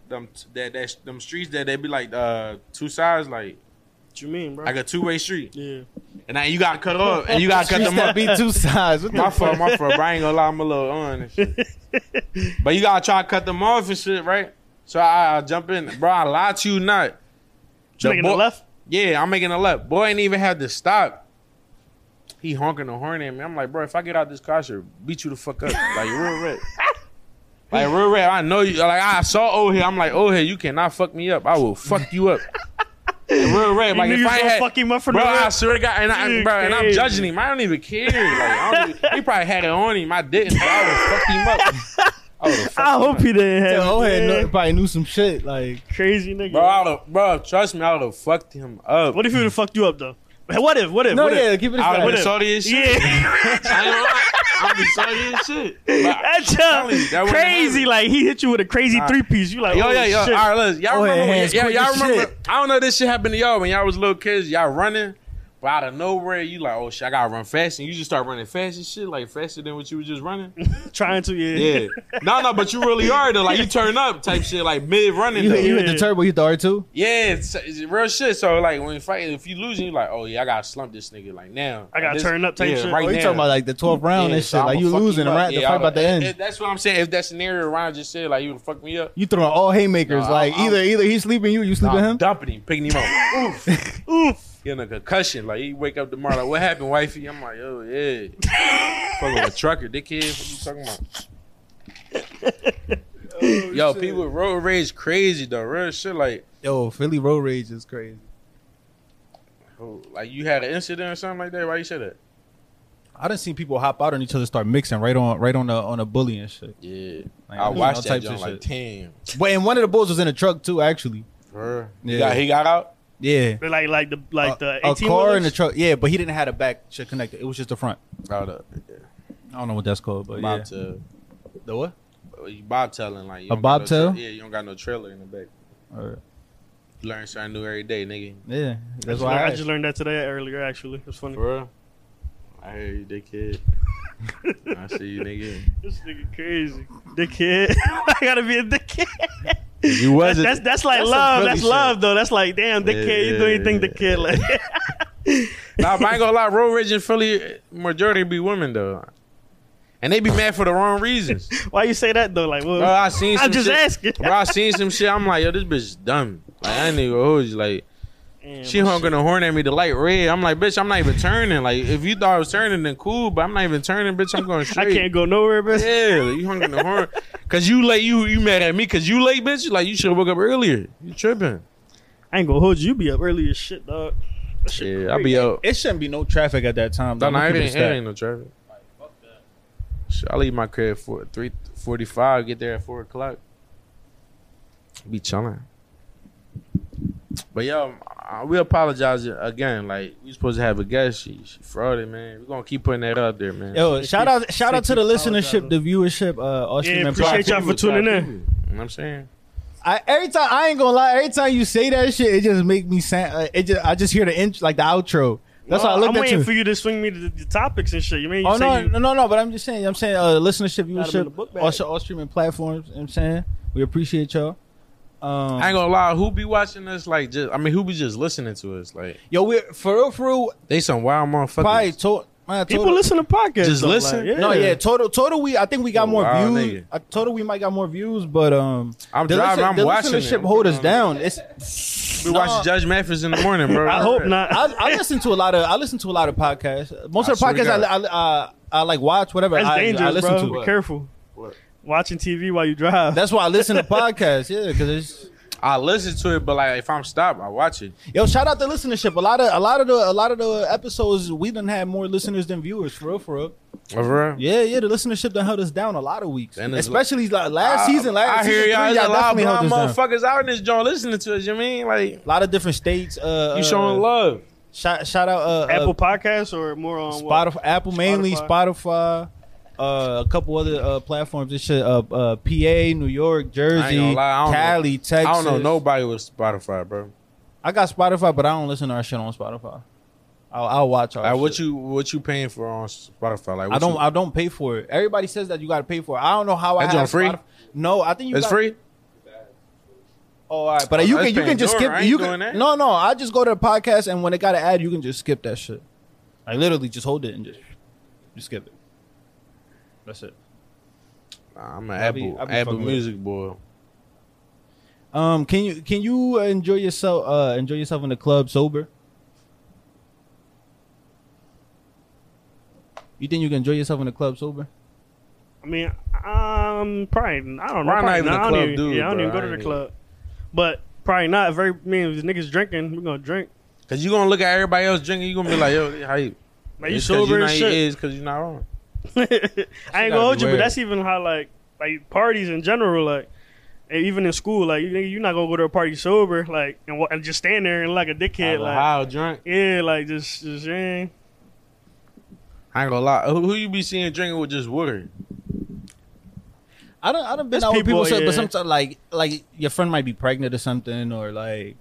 Speaker 1: them that that them streets that they be like uh two sides like
Speaker 3: What you mean, bro?
Speaker 1: like a two way street
Speaker 3: yeah.
Speaker 1: and now you got cut off and you got cut them up.
Speaker 2: be two sides. What the
Speaker 1: My
Speaker 2: fuck?
Speaker 1: fault, my fault. Bro, I ain't gonna lie, I'm a little on. and shit. But you gotta try to cut them off and shit, right? So I, I jump in, bro. I lie to you not.
Speaker 3: You making a
Speaker 1: boy-
Speaker 3: left?
Speaker 1: Yeah, I'm making a left. Boy ain't even had to stop. He honking the horn at me. I'm like, bro, if I get out this car, I should beat you the fuck up. Like real red. Like real red. I know you like I saw O here. I'm like, oh here, you cannot fuck me up. I will fuck you up. Like, real red.
Speaker 3: You
Speaker 1: Like
Speaker 3: knew
Speaker 1: if
Speaker 3: you
Speaker 1: I
Speaker 3: was
Speaker 1: had
Speaker 3: gonna fuck him up for
Speaker 1: Bro,
Speaker 3: the
Speaker 1: I
Speaker 3: rest?
Speaker 1: swear to God, and, I,
Speaker 3: You
Speaker 1: bro, and I'm
Speaker 3: crazy.
Speaker 1: judging him. I don't even care. Like, I don't even, he probably had it on him. I didn't. But I would fuck him up. I would fucked
Speaker 3: I
Speaker 1: him
Speaker 3: hope
Speaker 1: up.
Speaker 3: he didn't have.
Speaker 2: Oh,
Speaker 3: it,
Speaker 2: had
Speaker 3: man.
Speaker 2: no- probably knew some shit. Like
Speaker 3: Crazy nigga.
Speaker 1: Bro, I would've- bro, trust me, I would have fucked him up.
Speaker 3: What if he would have fucked you up though? Hey, What if? What if?
Speaker 2: no,
Speaker 3: what
Speaker 2: yeah,
Speaker 3: if?
Speaker 2: keep
Speaker 1: I
Speaker 2: it. aside.
Speaker 1: would
Speaker 3: What
Speaker 1: have
Speaker 3: if?
Speaker 1: saw this shit.
Speaker 3: Yeah.
Speaker 1: I'm be sorry and shit. But-
Speaker 3: That
Speaker 1: that
Speaker 3: jump
Speaker 1: wouldn't
Speaker 3: crazy.
Speaker 1: happen.
Speaker 3: Like he hit you with a crazy
Speaker 1: Nah.
Speaker 3: three piece. You like,
Speaker 1: Yo,
Speaker 3: oh,
Speaker 1: yeah, yo. All
Speaker 3: shit.
Speaker 1: right, listen. Y'all
Speaker 2: Oh,
Speaker 1: remember?
Speaker 2: yeah,
Speaker 1: When,
Speaker 2: hands
Speaker 1: yeah,
Speaker 2: quick
Speaker 1: y'all
Speaker 2: as
Speaker 1: remember?
Speaker 2: shit.
Speaker 1: I don't know. if This shit happened to y'all when y'all was little kids. Y'all running, but out of nowhere, you like, oh shit, I gotta run fast, and you just start running fast and shit, like faster than what you was just running.
Speaker 3: Trying to, yeah.
Speaker 1: Yeah. no, no, but you really are though. Like you turn up type shit, like mid running.
Speaker 2: You,
Speaker 1: though.
Speaker 2: you hit the
Speaker 3: Yeah.
Speaker 2: turbo, you hit the R two.
Speaker 1: Yeah, it's, it's real shit. So like when you fight, if you losing, you like, oh yeah, I gotta slump this nigga. Like now,
Speaker 3: I gotta
Speaker 1: This-
Speaker 3: turn up type
Speaker 1: yeah,
Speaker 3: shit.
Speaker 1: Right
Speaker 2: Oh, you
Speaker 1: now.
Speaker 2: talking about like the twelfth round
Speaker 1: Yeah,
Speaker 2: and shit?
Speaker 1: so
Speaker 2: like
Speaker 1: I'ma
Speaker 2: you
Speaker 1: fuck
Speaker 2: losing
Speaker 1: you up.
Speaker 2: around the
Speaker 1: Yeah,
Speaker 2: fight
Speaker 1: I'ma-
Speaker 2: about the end.
Speaker 1: if- That's what I'm saying. If that scenario Ryan just said, like you would fuck me up.
Speaker 2: you throwing all haymakers.
Speaker 1: Nah,
Speaker 2: like
Speaker 1: I'm-
Speaker 2: either either he's sleeping you, you sleeping
Speaker 1: Nah,
Speaker 2: him.
Speaker 1: dumping him, picking him up. Oof.
Speaker 3: Oof.
Speaker 1: He in a concussion. Like he wake up tomorrow. Like, what happened, wifey? I'm like, oh yeah. Fucking with a trucker, dickhead. What you talking about? Yo, people with road rage crazy though. Real shit. Like,
Speaker 2: Yo, Philly road rage is crazy.
Speaker 1: oh, like you had an incident or something like that. Why you said that?
Speaker 2: I done seen people hop out on each other, start mixing right on right on the on a bully and shit.
Speaker 1: Yeah,
Speaker 2: Like,
Speaker 1: I
Speaker 2: you know,
Speaker 1: watched that.
Speaker 2: types of
Speaker 1: Joint, like, damn.
Speaker 2: But and one of the bulls was in a truck too, actually.
Speaker 1: Bro.
Speaker 2: Yeah.
Speaker 1: He, got, he got out.
Speaker 2: Yeah.
Speaker 3: But like, like the like the
Speaker 2: a, a
Speaker 3: 18
Speaker 2: car
Speaker 3: wheelers?
Speaker 2: and a truck. Yeah, but he didn't have a back shit connected. It was just the front.
Speaker 1: Out up. Yeah.
Speaker 2: I don't know what that's called, but yeah.
Speaker 1: Bobtail.
Speaker 2: The what?
Speaker 1: You bobtailing like you
Speaker 2: A
Speaker 1: don't got no
Speaker 2: bobtail?
Speaker 1: tra- yeah, you don't got no trailer in the back.
Speaker 2: Or,
Speaker 1: You learn something new every day, nigga.
Speaker 2: yeah,
Speaker 3: I
Speaker 2: that's
Speaker 3: just,
Speaker 2: why
Speaker 3: learned,
Speaker 2: I,
Speaker 3: I just learned that today earlier. Actually, it's funny.
Speaker 1: Bro, I hear you, dickhead. I see you, nigga.
Speaker 3: This nigga crazy. Dickhead. I gotta be a dickhead.
Speaker 1: You was
Speaker 3: That's,
Speaker 1: a-
Speaker 3: that's that's like
Speaker 1: that's some
Speaker 3: love.
Speaker 1: Philly
Speaker 3: That's
Speaker 1: shit.
Speaker 3: love though. That's like damn,
Speaker 1: Yeah,
Speaker 3: dickhead. you do
Speaker 1: yeah,
Speaker 3: anything,
Speaker 1: yeah.
Speaker 3: dickhead. Like,
Speaker 1: Nah, but I ain't gonna lie. Road rage in Philly, majority be women though, and they be mad for the wrong reasons.
Speaker 3: why you say that though? Like, well,
Speaker 1: Bro, I seen. Some
Speaker 3: I'm just
Speaker 1: shit.
Speaker 3: asking.
Speaker 1: Bro, I seen some shit. I'm like, yo, this bitch dumb. Like I ain't even gonna hold you. Like
Speaker 3: damn,
Speaker 1: she honking the horn at me, the light red. I'm like, bitch, I'm not even turning. Like if you thought I was turning, then cool. But I'm not even turning, bitch. I'm going
Speaker 3: I
Speaker 1: straight.
Speaker 3: can't go nowhere, bro.
Speaker 1: Yeah, like, you honking the horn. Cause you late, you you mad at me. Cause you late, bitch. Like you should have woke up earlier. You tripping?
Speaker 3: I ain't gonna hold you. You be up early as shit, dog. That shit
Speaker 1: Yeah, I be up.
Speaker 2: It shouldn't be no traffic at that time.
Speaker 1: No,
Speaker 2: though.
Speaker 1: no, it
Speaker 2: Look at the
Speaker 1: ain't, it
Speaker 2: stat.
Speaker 1: ain't no traffic. Shit, I leave my crib for three forty-five. Get there at four o'clock. Be chilling. But yo, I- we apologize again. Like we supposed to have a guest. She, she frauded, man. We are gonna keep putting that up there, man.
Speaker 2: Yo, shout out, shout out to the listenership,
Speaker 3: apologizing.
Speaker 2: the viewership, uh, all
Speaker 3: Yeah,
Speaker 2: streaming
Speaker 1: Try
Speaker 3: appreciate y'all
Speaker 1: people,
Speaker 3: for tuning
Speaker 1: try
Speaker 3: in.
Speaker 1: people. You know what I'm saying?
Speaker 2: I every time I ain't gonna lie. Every time you say that shit, it just make me sound. Uh, it just I just hear the int like the outro. That's
Speaker 3: No,
Speaker 2: how I looked
Speaker 3: I'm
Speaker 2: at
Speaker 3: waiting
Speaker 2: you.
Speaker 3: for you to swing me to the, the topics and shit. You mean you
Speaker 2: Oh
Speaker 3: say
Speaker 2: no,
Speaker 3: you,
Speaker 2: no, no, no! But I'm just saying. I'm saying uh, listenership,
Speaker 3: Got 'em in the book
Speaker 2: viewership,
Speaker 3: bag.
Speaker 2: also all streaming platforms. You know what I'm saying we appreciate y'all. Um,
Speaker 1: I ain't gonna lie, who be watching us? Like, just I mean, who be just listening to us? Like,
Speaker 2: yo, we're for real, for real.
Speaker 1: they some wild
Speaker 2: Probably
Speaker 1: motherfuckers.
Speaker 2: to, man,
Speaker 3: people
Speaker 2: total,
Speaker 3: listen to podcasts.
Speaker 1: Just
Speaker 3: though,
Speaker 1: listen?
Speaker 3: Like,
Speaker 2: No, yeah, total, total. We, I think we got
Speaker 1: Oh,
Speaker 2: more
Speaker 1: wow,
Speaker 2: views.
Speaker 1: nigga.
Speaker 2: Uh, total, we might got more views, but um,
Speaker 1: I'm
Speaker 2: the,
Speaker 1: driving.
Speaker 2: listen-
Speaker 1: I'm
Speaker 2: the
Speaker 1: watching.
Speaker 2: listenership
Speaker 1: it.
Speaker 2: hold us down. It's
Speaker 1: We
Speaker 2: Nah.
Speaker 1: watching Judge Mathis in the morning, bro.
Speaker 3: I hope not.
Speaker 2: I, I listen to a lot of I listen to a lot of podcasts. Most
Speaker 1: I
Speaker 2: of the
Speaker 1: swear to
Speaker 2: podcasts I, I, I I like watch whatever
Speaker 3: That's
Speaker 2: I,
Speaker 3: dangerous,
Speaker 2: I listen
Speaker 3: bro.
Speaker 2: to.
Speaker 3: Be careful. Watching TV while you drive.
Speaker 2: That's why I listen to podcasts. Yeah, because it's
Speaker 1: I listen to it, but like, if I'm stopped, I watch it.
Speaker 2: yo. Shout out to listenership. A lot of a lot of the a lot of the episodes we done had more listeners than viewers. For real, for real.
Speaker 1: Over.
Speaker 2: Yeah, yeah. The listenership done held us down a lot of weeks,
Speaker 1: And it's-
Speaker 2: especially like last
Speaker 1: I-
Speaker 2: season. Last
Speaker 1: I hear
Speaker 2: season
Speaker 1: y'all.
Speaker 2: three,
Speaker 1: There's a lot of
Speaker 2: definitely held
Speaker 1: blind
Speaker 2: us down.
Speaker 1: motherfuckers out in this joint listening to us. You mean like
Speaker 2: A lot of different states. Uh,
Speaker 1: you showing
Speaker 2: uh,
Speaker 1: love?
Speaker 2: Shout, shout out uh,
Speaker 3: Apple
Speaker 2: Apple,
Speaker 3: Podcasts or more on what?
Speaker 2: Spotify, Apple mainly Spotify. Uh, a couple other uh, platforms. This shit, uh, uh, PA, New York, Jersey,
Speaker 1: gonna lie, I don't
Speaker 2: Cali, Texas.
Speaker 1: I don't know nobody with Spotify, bro.
Speaker 2: I got Spotify, but I don't listen to our shit on Spotify. I'll, I'll watch our.
Speaker 1: Like, what
Speaker 2: shit.
Speaker 1: you what you paying for on Spotify? Like, what
Speaker 2: I don't.
Speaker 1: you-
Speaker 2: I don't pay for it. Everybody says that you got to pay for it. I don't know how
Speaker 1: That
Speaker 2: I
Speaker 1: joint
Speaker 2: have
Speaker 1: free?
Speaker 2: Spotify. No, I think you.
Speaker 1: it's
Speaker 2: got-
Speaker 1: free.
Speaker 2: Oh, all right, but you
Speaker 1: that's
Speaker 2: can you can just
Speaker 1: Pandora.
Speaker 2: skip.
Speaker 1: I ain't
Speaker 2: You
Speaker 1: doing that.
Speaker 2: can, no, no. I just go to the podcast, and when it got an ad, you can just skip that shit. I literally just hold it and just just skip it. That's it.
Speaker 1: Nah, I'm an
Speaker 2: I be-
Speaker 1: Apple
Speaker 2: I be
Speaker 1: Apple
Speaker 2: fucking with it.
Speaker 1: Music boy.
Speaker 2: Um, can you can you uh, enjoy yourself uh enjoy yourself in the club sober? You think you can enjoy yourself in the club sober?
Speaker 3: I mean, um, probably. I don't know.
Speaker 1: Ryan
Speaker 3: probably
Speaker 1: not even
Speaker 3: not.
Speaker 1: a
Speaker 3: I don't
Speaker 1: club
Speaker 3: even,
Speaker 1: dude,
Speaker 3: yeah, I don't
Speaker 1: bro.
Speaker 3: even go to
Speaker 1: I
Speaker 3: the
Speaker 1: ain't
Speaker 3: club. But probably not. Very. I mean, if niggas drinking, we gonna drink.
Speaker 1: Cause you gonna look at everybody else drinking, you gonna be like, yo, how you?
Speaker 3: Man, you
Speaker 1: It's 'cause
Speaker 3: sober
Speaker 1: you
Speaker 3: and
Speaker 1: not-
Speaker 3: shit.
Speaker 1: It's because you're not wrong.
Speaker 3: I ain't
Speaker 1: gotta
Speaker 3: gonna hold
Speaker 1: be
Speaker 3: you, but
Speaker 1: weird.
Speaker 3: that's even how like like parties in general, like and even in school, like you nigga, you're not gonna go to a party sober, like and, wa- and just stand there and like a dickhead, like
Speaker 1: How drunk?
Speaker 3: yeah, like just just yeah.
Speaker 1: I ain't gonna lie. Who, who you be seeing drinking with just water?
Speaker 2: I don't I don't been
Speaker 3: There's
Speaker 2: out with people,
Speaker 3: people,
Speaker 2: so-
Speaker 3: yeah.
Speaker 2: but sometimes like like your friend might be pregnant or something, or like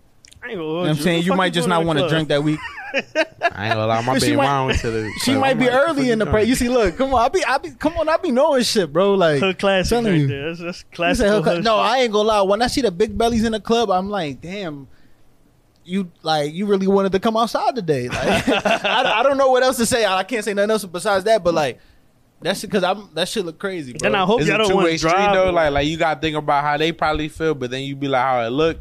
Speaker 3: I ain't gonna
Speaker 2: you
Speaker 3: hold
Speaker 2: know what I'm
Speaker 3: you.
Speaker 2: saying
Speaker 3: The
Speaker 2: you
Speaker 3: fuck
Speaker 2: might just
Speaker 3: doing
Speaker 2: not
Speaker 3: in
Speaker 2: want
Speaker 3: the
Speaker 2: to
Speaker 3: club?
Speaker 2: drink that week.
Speaker 1: I ain't gonna lie. My
Speaker 2: She
Speaker 1: baby
Speaker 2: might-
Speaker 1: mom went to the.
Speaker 2: She
Speaker 1: like,
Speaker 2: might
Speaker 1: I'm
Speaker 2: be
Speaker 1: like, what
Speaker 2: early
Speaker 1: fuck
Speaker 2: in the
Speaker 1: you
Speaker 2: pre.
Speaker 1: doing?
Speaker 2: You see, look, come on, I be I be come on, I be knowing shit, bro. Like
Speaker 3: Hood classic
Speaker 2: telling
Speaker 3: right
Speaker 2: you.
Speaker 3: there. That's, that's
Speaker 2: You said
Speaker 3: classic.
Speaker 2: her cla- no, I ain't gonna lie. When I see the big bellies in the club, I'm like, damn, you like you really wanted to come outside today. Like, I, I don't know what else to say. I, I can't say nothing else besides that. But like, that shit because I'm that shit look crazy, bro.
Speaker 3: Then I hope
Speaker 1: It's
Speaker 3: y'all
Speaker 1: a
Speaker 3: don't
Speaker 1: two
Speaker 3: want
Speaker 1: way
Speaker 3: to
Speaker 1: street
Speaker 3: drive.
Speaker 1: though. Like, like you gotta think about how they probably feel, but then you be like, how it look.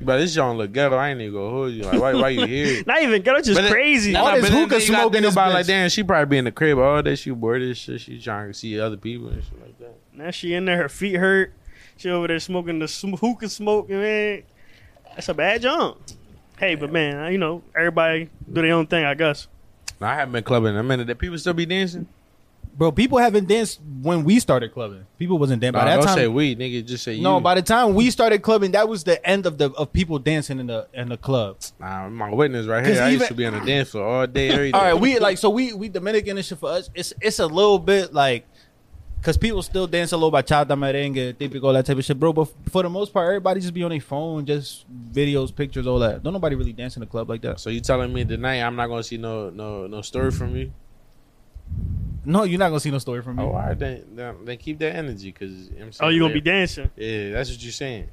Speaker 1: But this don't look ghetto. I ain't even gonna hold you. Like, why, why you here?
Speaker 3: not even ghetto, just
Speaker 1: But then-
Speaker 3: crazy.
Speaker 1: Nah,
Speaker 2: All
Speaker 1: nah,
Speaker 2: this
Speaker 1: but then
Speaker 2: hookah
Speaker 1: you gotta
Speaker 2: smoke in
Speaker 1: think
Speaker 2: this
Speaker 1: about like,
Speaker 2: bitch.
Speaker 1: damn, she probably be in the crib all day. She bored as shit. She trying to see other people and shit like that.
Speaker 3: Now she in there, her feet hurt. She over there smoking the sm- hookah smoke, man. That's a bad jump. Hey, but man, you know everybody do their own thing, I guess.
Speaker 1: Now, I haven't been clubbing in a minute. That people still be dancing.
Speaker 2: bro. People haven't danced when we started clubbing. People wasn't dancing
Speaker 1: Nah,
Speaker 2: by that
Speaker 1: don't
Speaker 2: time.
Speaker 1: say we, nigga. Just say you.
Speaker 2: no, by the time we started clubbing, that was the end of the of people dancing in the in the club.
Speaker 1: Nah, my witness right
Speaker 2: 'Cause
Speaker 1: here. I used
Speaker 2: even-
Speaker 1: to be on the dance floor all day, every day.
Speaker 2: All right, we like so we we Dominican and shit for us. It's it's a little bit like because people still dance a little bachata, merengue, típico, all that type of shit, bro. But f- for the most part, everybody just be on their phone, just videos, pictures, all that. Don't nobody really dance in the club like that.
Speaker 1: So you telling me tonight I'm not gonna see no no no story from you?
Speaker 2: No, you're not gonna see no story from me.
Speaker 1: Oh, all right, then, then, then keep that energy, cause you know what I'm
Speaker 3: Oh,
Speaker 1: saying,
Speaker 3: you gonna be
Speaker 1: like,
Speaker 3: dancing?
Speaker 1: Yeah, that's what you're saying.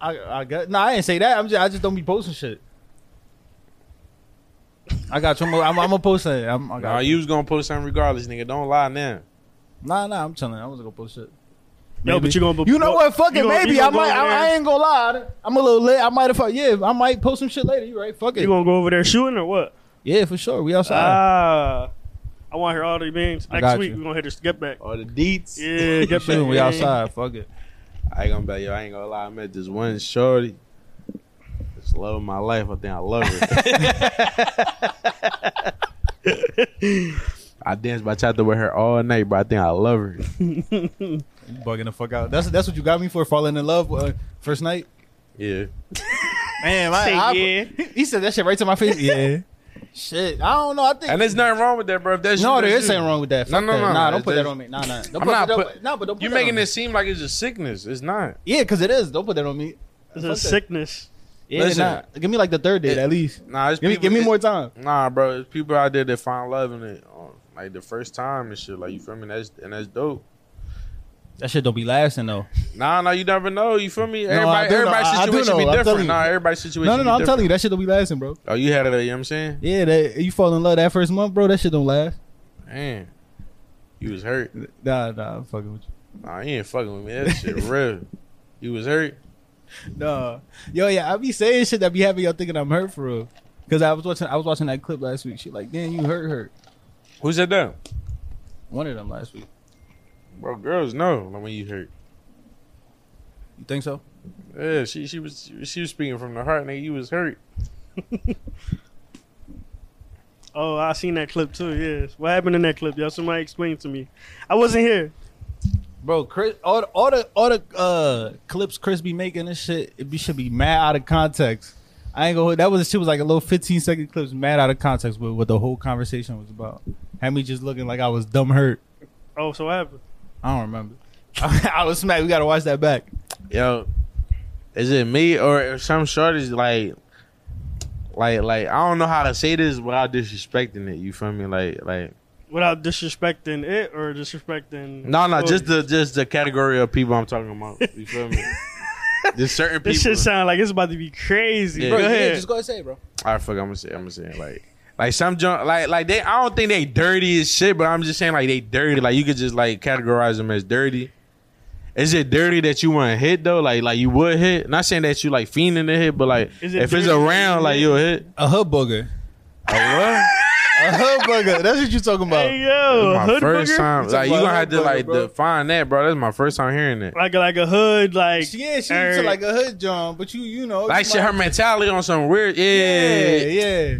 Speaker 2: I, I got no, I didn't say that. I'm just I just don't be posting shit. I got you. I'm, I'm, I'm gonna post it. I'm, I got
Speaker 1: Nah, you was gonna post something regardless, nigga. Don't lie now.
Speaker 2: Nah, nah, I'm telling. I wasn't gonna post shit.
Speaker 3: No, but you gonna be-
Speaker 2: You know what? Fuck
Speaker 3: you
Speaker 2: it.
Speaker 3: gonna- you
Speaker 2: Maybe
Speaker 3: gonna
Speaker 2: I
Speaker 3: go
Speaker 2: might.
Speaker 3: over
Speaker 2: I, I
Speaker 3: there?
Speaker 2: ain't gonna lie. I'm a little lit. I might have. fuck- Yeah, I might post some shit later. You right? Fuck it.
Speaker 3: You gonna go over there shooting or what?
Speaker 2: yeah, for sure. We outside.
Speaker 3: Ah, I want to hear all the beans.
Speaker 2: I
Speaker 3: Next
Speaker 2: got
Speaker 3: week
Speaker 2: you.
Speaker 3: we gonna hit this get back.
Speaker 1: Or the deets.
Speaker 3: Yeah, get back.
Speaker 2: Shooting, we
Speaker 3: man.
Speaker 2: outside. Fuck it.
Speaker 1: I ain't gonna be like, yo, I ain't gonna lie. I met this one shorty. Just love of my life. I think I love her. I danced by chapter with her all night, but I think I love her.
Speaker 2: You bugging the fuck out. That's that's what you got me for falling in love uh, first night.
Speaker 1: Yeah.
Speaker 2: Man,
Speaker 3: Say
Speaker 2: I, I-
Speaker 3: yeah.
Speaker 2: He said that shit right to my face. Yeah. shit. I don't know. I think.
Speaker 1: And there's nothing wrong with that, bro. If that's
Speaker 2: no,
Speaker 1: you,
Speaker 2: there
Speaker 1: that's
Speaker 2: is
Speaker 1: you.
Speaker 2: something wrong with that.
Speaker 1: No,
Speaker 2: Fuck
Speaker 1: no,
Speaker 2: that.
Speaker 1: no,
Speaker 2: Nah,
Speaker 1: no,
Speaker 2: don't put that
Speaker 1: that's-
Speaker 2: on me. Nah, nah. Don't
Speaker 1: I'm
Speaker 2: put
Speaker 1: not
Speaker 2: that
Speaker 1: put-
Speaker 2: on, nah, but don't put
Speaker 1: You're
Speaker 2: that
Speaker 1: making
Speaker 2: on me.
Speaker 1: this seem like it's a sickness. It's not.
Speaker 2: Yeah, because it is. Don't put that on me.
Speaker 3: It's a
Speaker 2: Fuck that.
Speaker 3: sickness.
Speaker 2: Yeah,
Speaker 1: Listen.
Speaker 2: nah, give me like the third date
Speaker 1: It-
Speaker 2: at least.
Speaker 1: Nah, it's
Speaker 2: Give me,
Speaker 1: people-
Speaker 2: give me
Speaker 1: it-
Speaker 2: more time.
Speaker 1: Nah, bro, it's people out there that find love in it, on, like the first time and shit. Like you feel me? That's and that's dope.
Speaker 2: That shit don't be lasting though.
Speaker 1: Nah, nah, you never know. You feel me?
Speaker 2: I
Speaker 1: Everybody,
Speaker 2: do know.
Speaker 1: everybody's
Speaker 2: I- I do
Speaker 1: situation
Speaker 2: know. I'm
Speaker 1: be
Speaker 2: telling you.
Speaker 1: different. Nah, everybody's situation.
Speaker 2: No, no,
Speaker 1: be
Speaker 2: no. I'm
Speaker 1: different.
Speaker 2: telling you, that shit don't be lasting, bro.
Speaker 1: Oh, you had it. uh, You know what I'm saying?
Speaker 2: Yeah, that you fall in love that first month, bro. That shit don't last.
Speaker 1: Man, you was hurt.
Speaker 2: Nah, nah. I'm fucking with you.
Speaker 1: Nah, you ain't fucking with me. That shit real. You was hurt.
Speaker 2: Nah, yo, yeah. I be saying shit that be having y'all thinking I'm hurt for real. Cause I was watching, I was watching that clip last week. She like, damn, you hurt, hurt.
Speaker 1: Who said that?
Speaker 2: One of them last week.
Speaker 1: Bro, girls know when you hurt.
Speaker 2: You think so?
Speaker 1: Yeah, she she was she was speaking from the heart, nigga. You was hurt.
Speaker 3: Oh, I seen that clip too. Yes. What happened in that clip? Y'all, somebody explain to me. I wasn't here.
Speaker 2: Bro, Chris, all, the- all the all the uh, clips Chris be making and shit, it be, should be mad out of context. I ain't gonna. That was shit was like a little fifteen second clips, mad out of context with what the whole conversation was about. Had me just looking like I was dumb hurt.
Speaker 3: Oh, so what happened?
Speaker 2: I don't remember. I was smacked. We gotta watch that back.
Speaker 1: Yo, is it me or some shorties like, like, like I don't know how to say this without disrespecting it. You feel me? Like, like
Speaker 3: Without disrespecting it or disrespecting?
Speaker 1: no, no, just
Speaker 3: the.
Speaker 1: the just the category of people I'm talking about. You feel me? There's certain people.
Speaker 3: This shit sound like it's about to be crazy.
Speaker 1: Yeah.
Speaker 3: Go
Speaker 1: Bro,
Speaker 3: ahead.
Speaker 2: go ahead and say it, bro.
Speaker 1: All right, fuck. I'm gonna say. I'm gonna say it, like. Like some junk, like like they. I don't think they dirty as shit, but I'm just saying like they dirty. Like you could just like categorize them as dirty. Is it dirty that you want to hit though? Like like you would hit. Not saying that you like fiending to hit, but like
Speaker 3: Is it
Speaker 1: if it's
Speaker 3: dirty that
Speaker 1: around,
Speaker 3: you
Speaker 1: like
Speaker 3: hit?
Speaker 1: you'll hit.
Speaker 2: A hood booger.
Speaker 1: A
Speaker 2: A hood booger. That's what you talking about.
Speaker 3: Hey yo,
Speaker 1: Oh, what? my
Speaker 3: hood
Speaker 1: first
Speaker 3: booger?
Speaker 1: time.
Speaker 2: It's
Speaker 1: Like you
Speaker 2: about
Speaker 1: gonna have to
Speaker 2: hood
Speaker 1: like
Speaker 2: booger, bro.
Speaker 1: define that, bro. That's my first time hearing that.
Speaker 3: Like like a hood like
Speaker 2: yeah, she
Speaker 3: er,
Speaker 2: to like a hood John, but you you know
Speaker 1: Like
Speaker 2: you
Speaker 1: shit,
Speaker 2: might-
Speaker 1: her mentality on some weird. Yeah, yeah,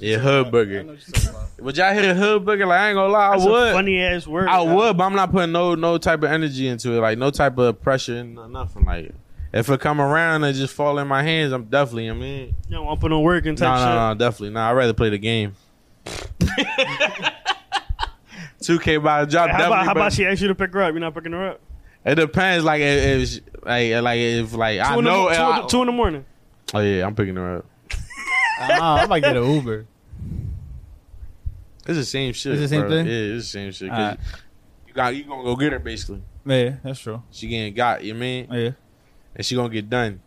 Speaker 2: yeah.
Speaker 1: hood
Speaker 2: I know
Speaker 1: booger.
Speaker 2: what you're talking about.
Speaker 1: Would y'all hit a hood booger? Like I ain't gonna lie, I
Speaker 3: that's
Speaker 1: would.
Speaker 3: a funny ass word.
Speaker 1: I
Speaker 3: man.
Speaker 1: would, but I'm not putting no no type of energy into it, like no type of pressure, n- nothing. Like if it come around and just fall in my hands, I'm definitely. I mean,
Speaker 3: You know, I'm putting on work and
Speaker 1: no,
Speaker 3: type
Speaker 1: no, no, definitely. No, I'd rather play the game. Two K by the drop.
Speaker 3: shit. how about
Speaker 1: definitely,
Speaker 3: how
Speaker 1: but
Speaker 3: about she asked you to pick her up? You're not picking her up.
Speaker 1: It depends. Like if, if she- like like if like
Speaker 3: Two
Speaker 1: I
Speaker 3: in the
Speaker 1: know. eh,
Speaker 3: mo- two,
Speaker 1: I-
Speaker 3: two in the morning.
Speaker 1: oh yeah, I'm picking her up.
Speaker 2: Uh-uh, I might get an Uber.
Speaker 1: It's the same shit.
Speaker 2: It's the same
Speaker 1: bro.
Speaker 2: thing?
Speaker 1: Yeah, it's the same shit. 'cause
Speaker 2: Alright.
Speaker 1: You got you gonna go get her basically.
Speaker 2: Yeah, that's true.
Speaker 1: She getting got. You mean?
Speaker 2: Yeah.
Speaker 1: And she gonna get done.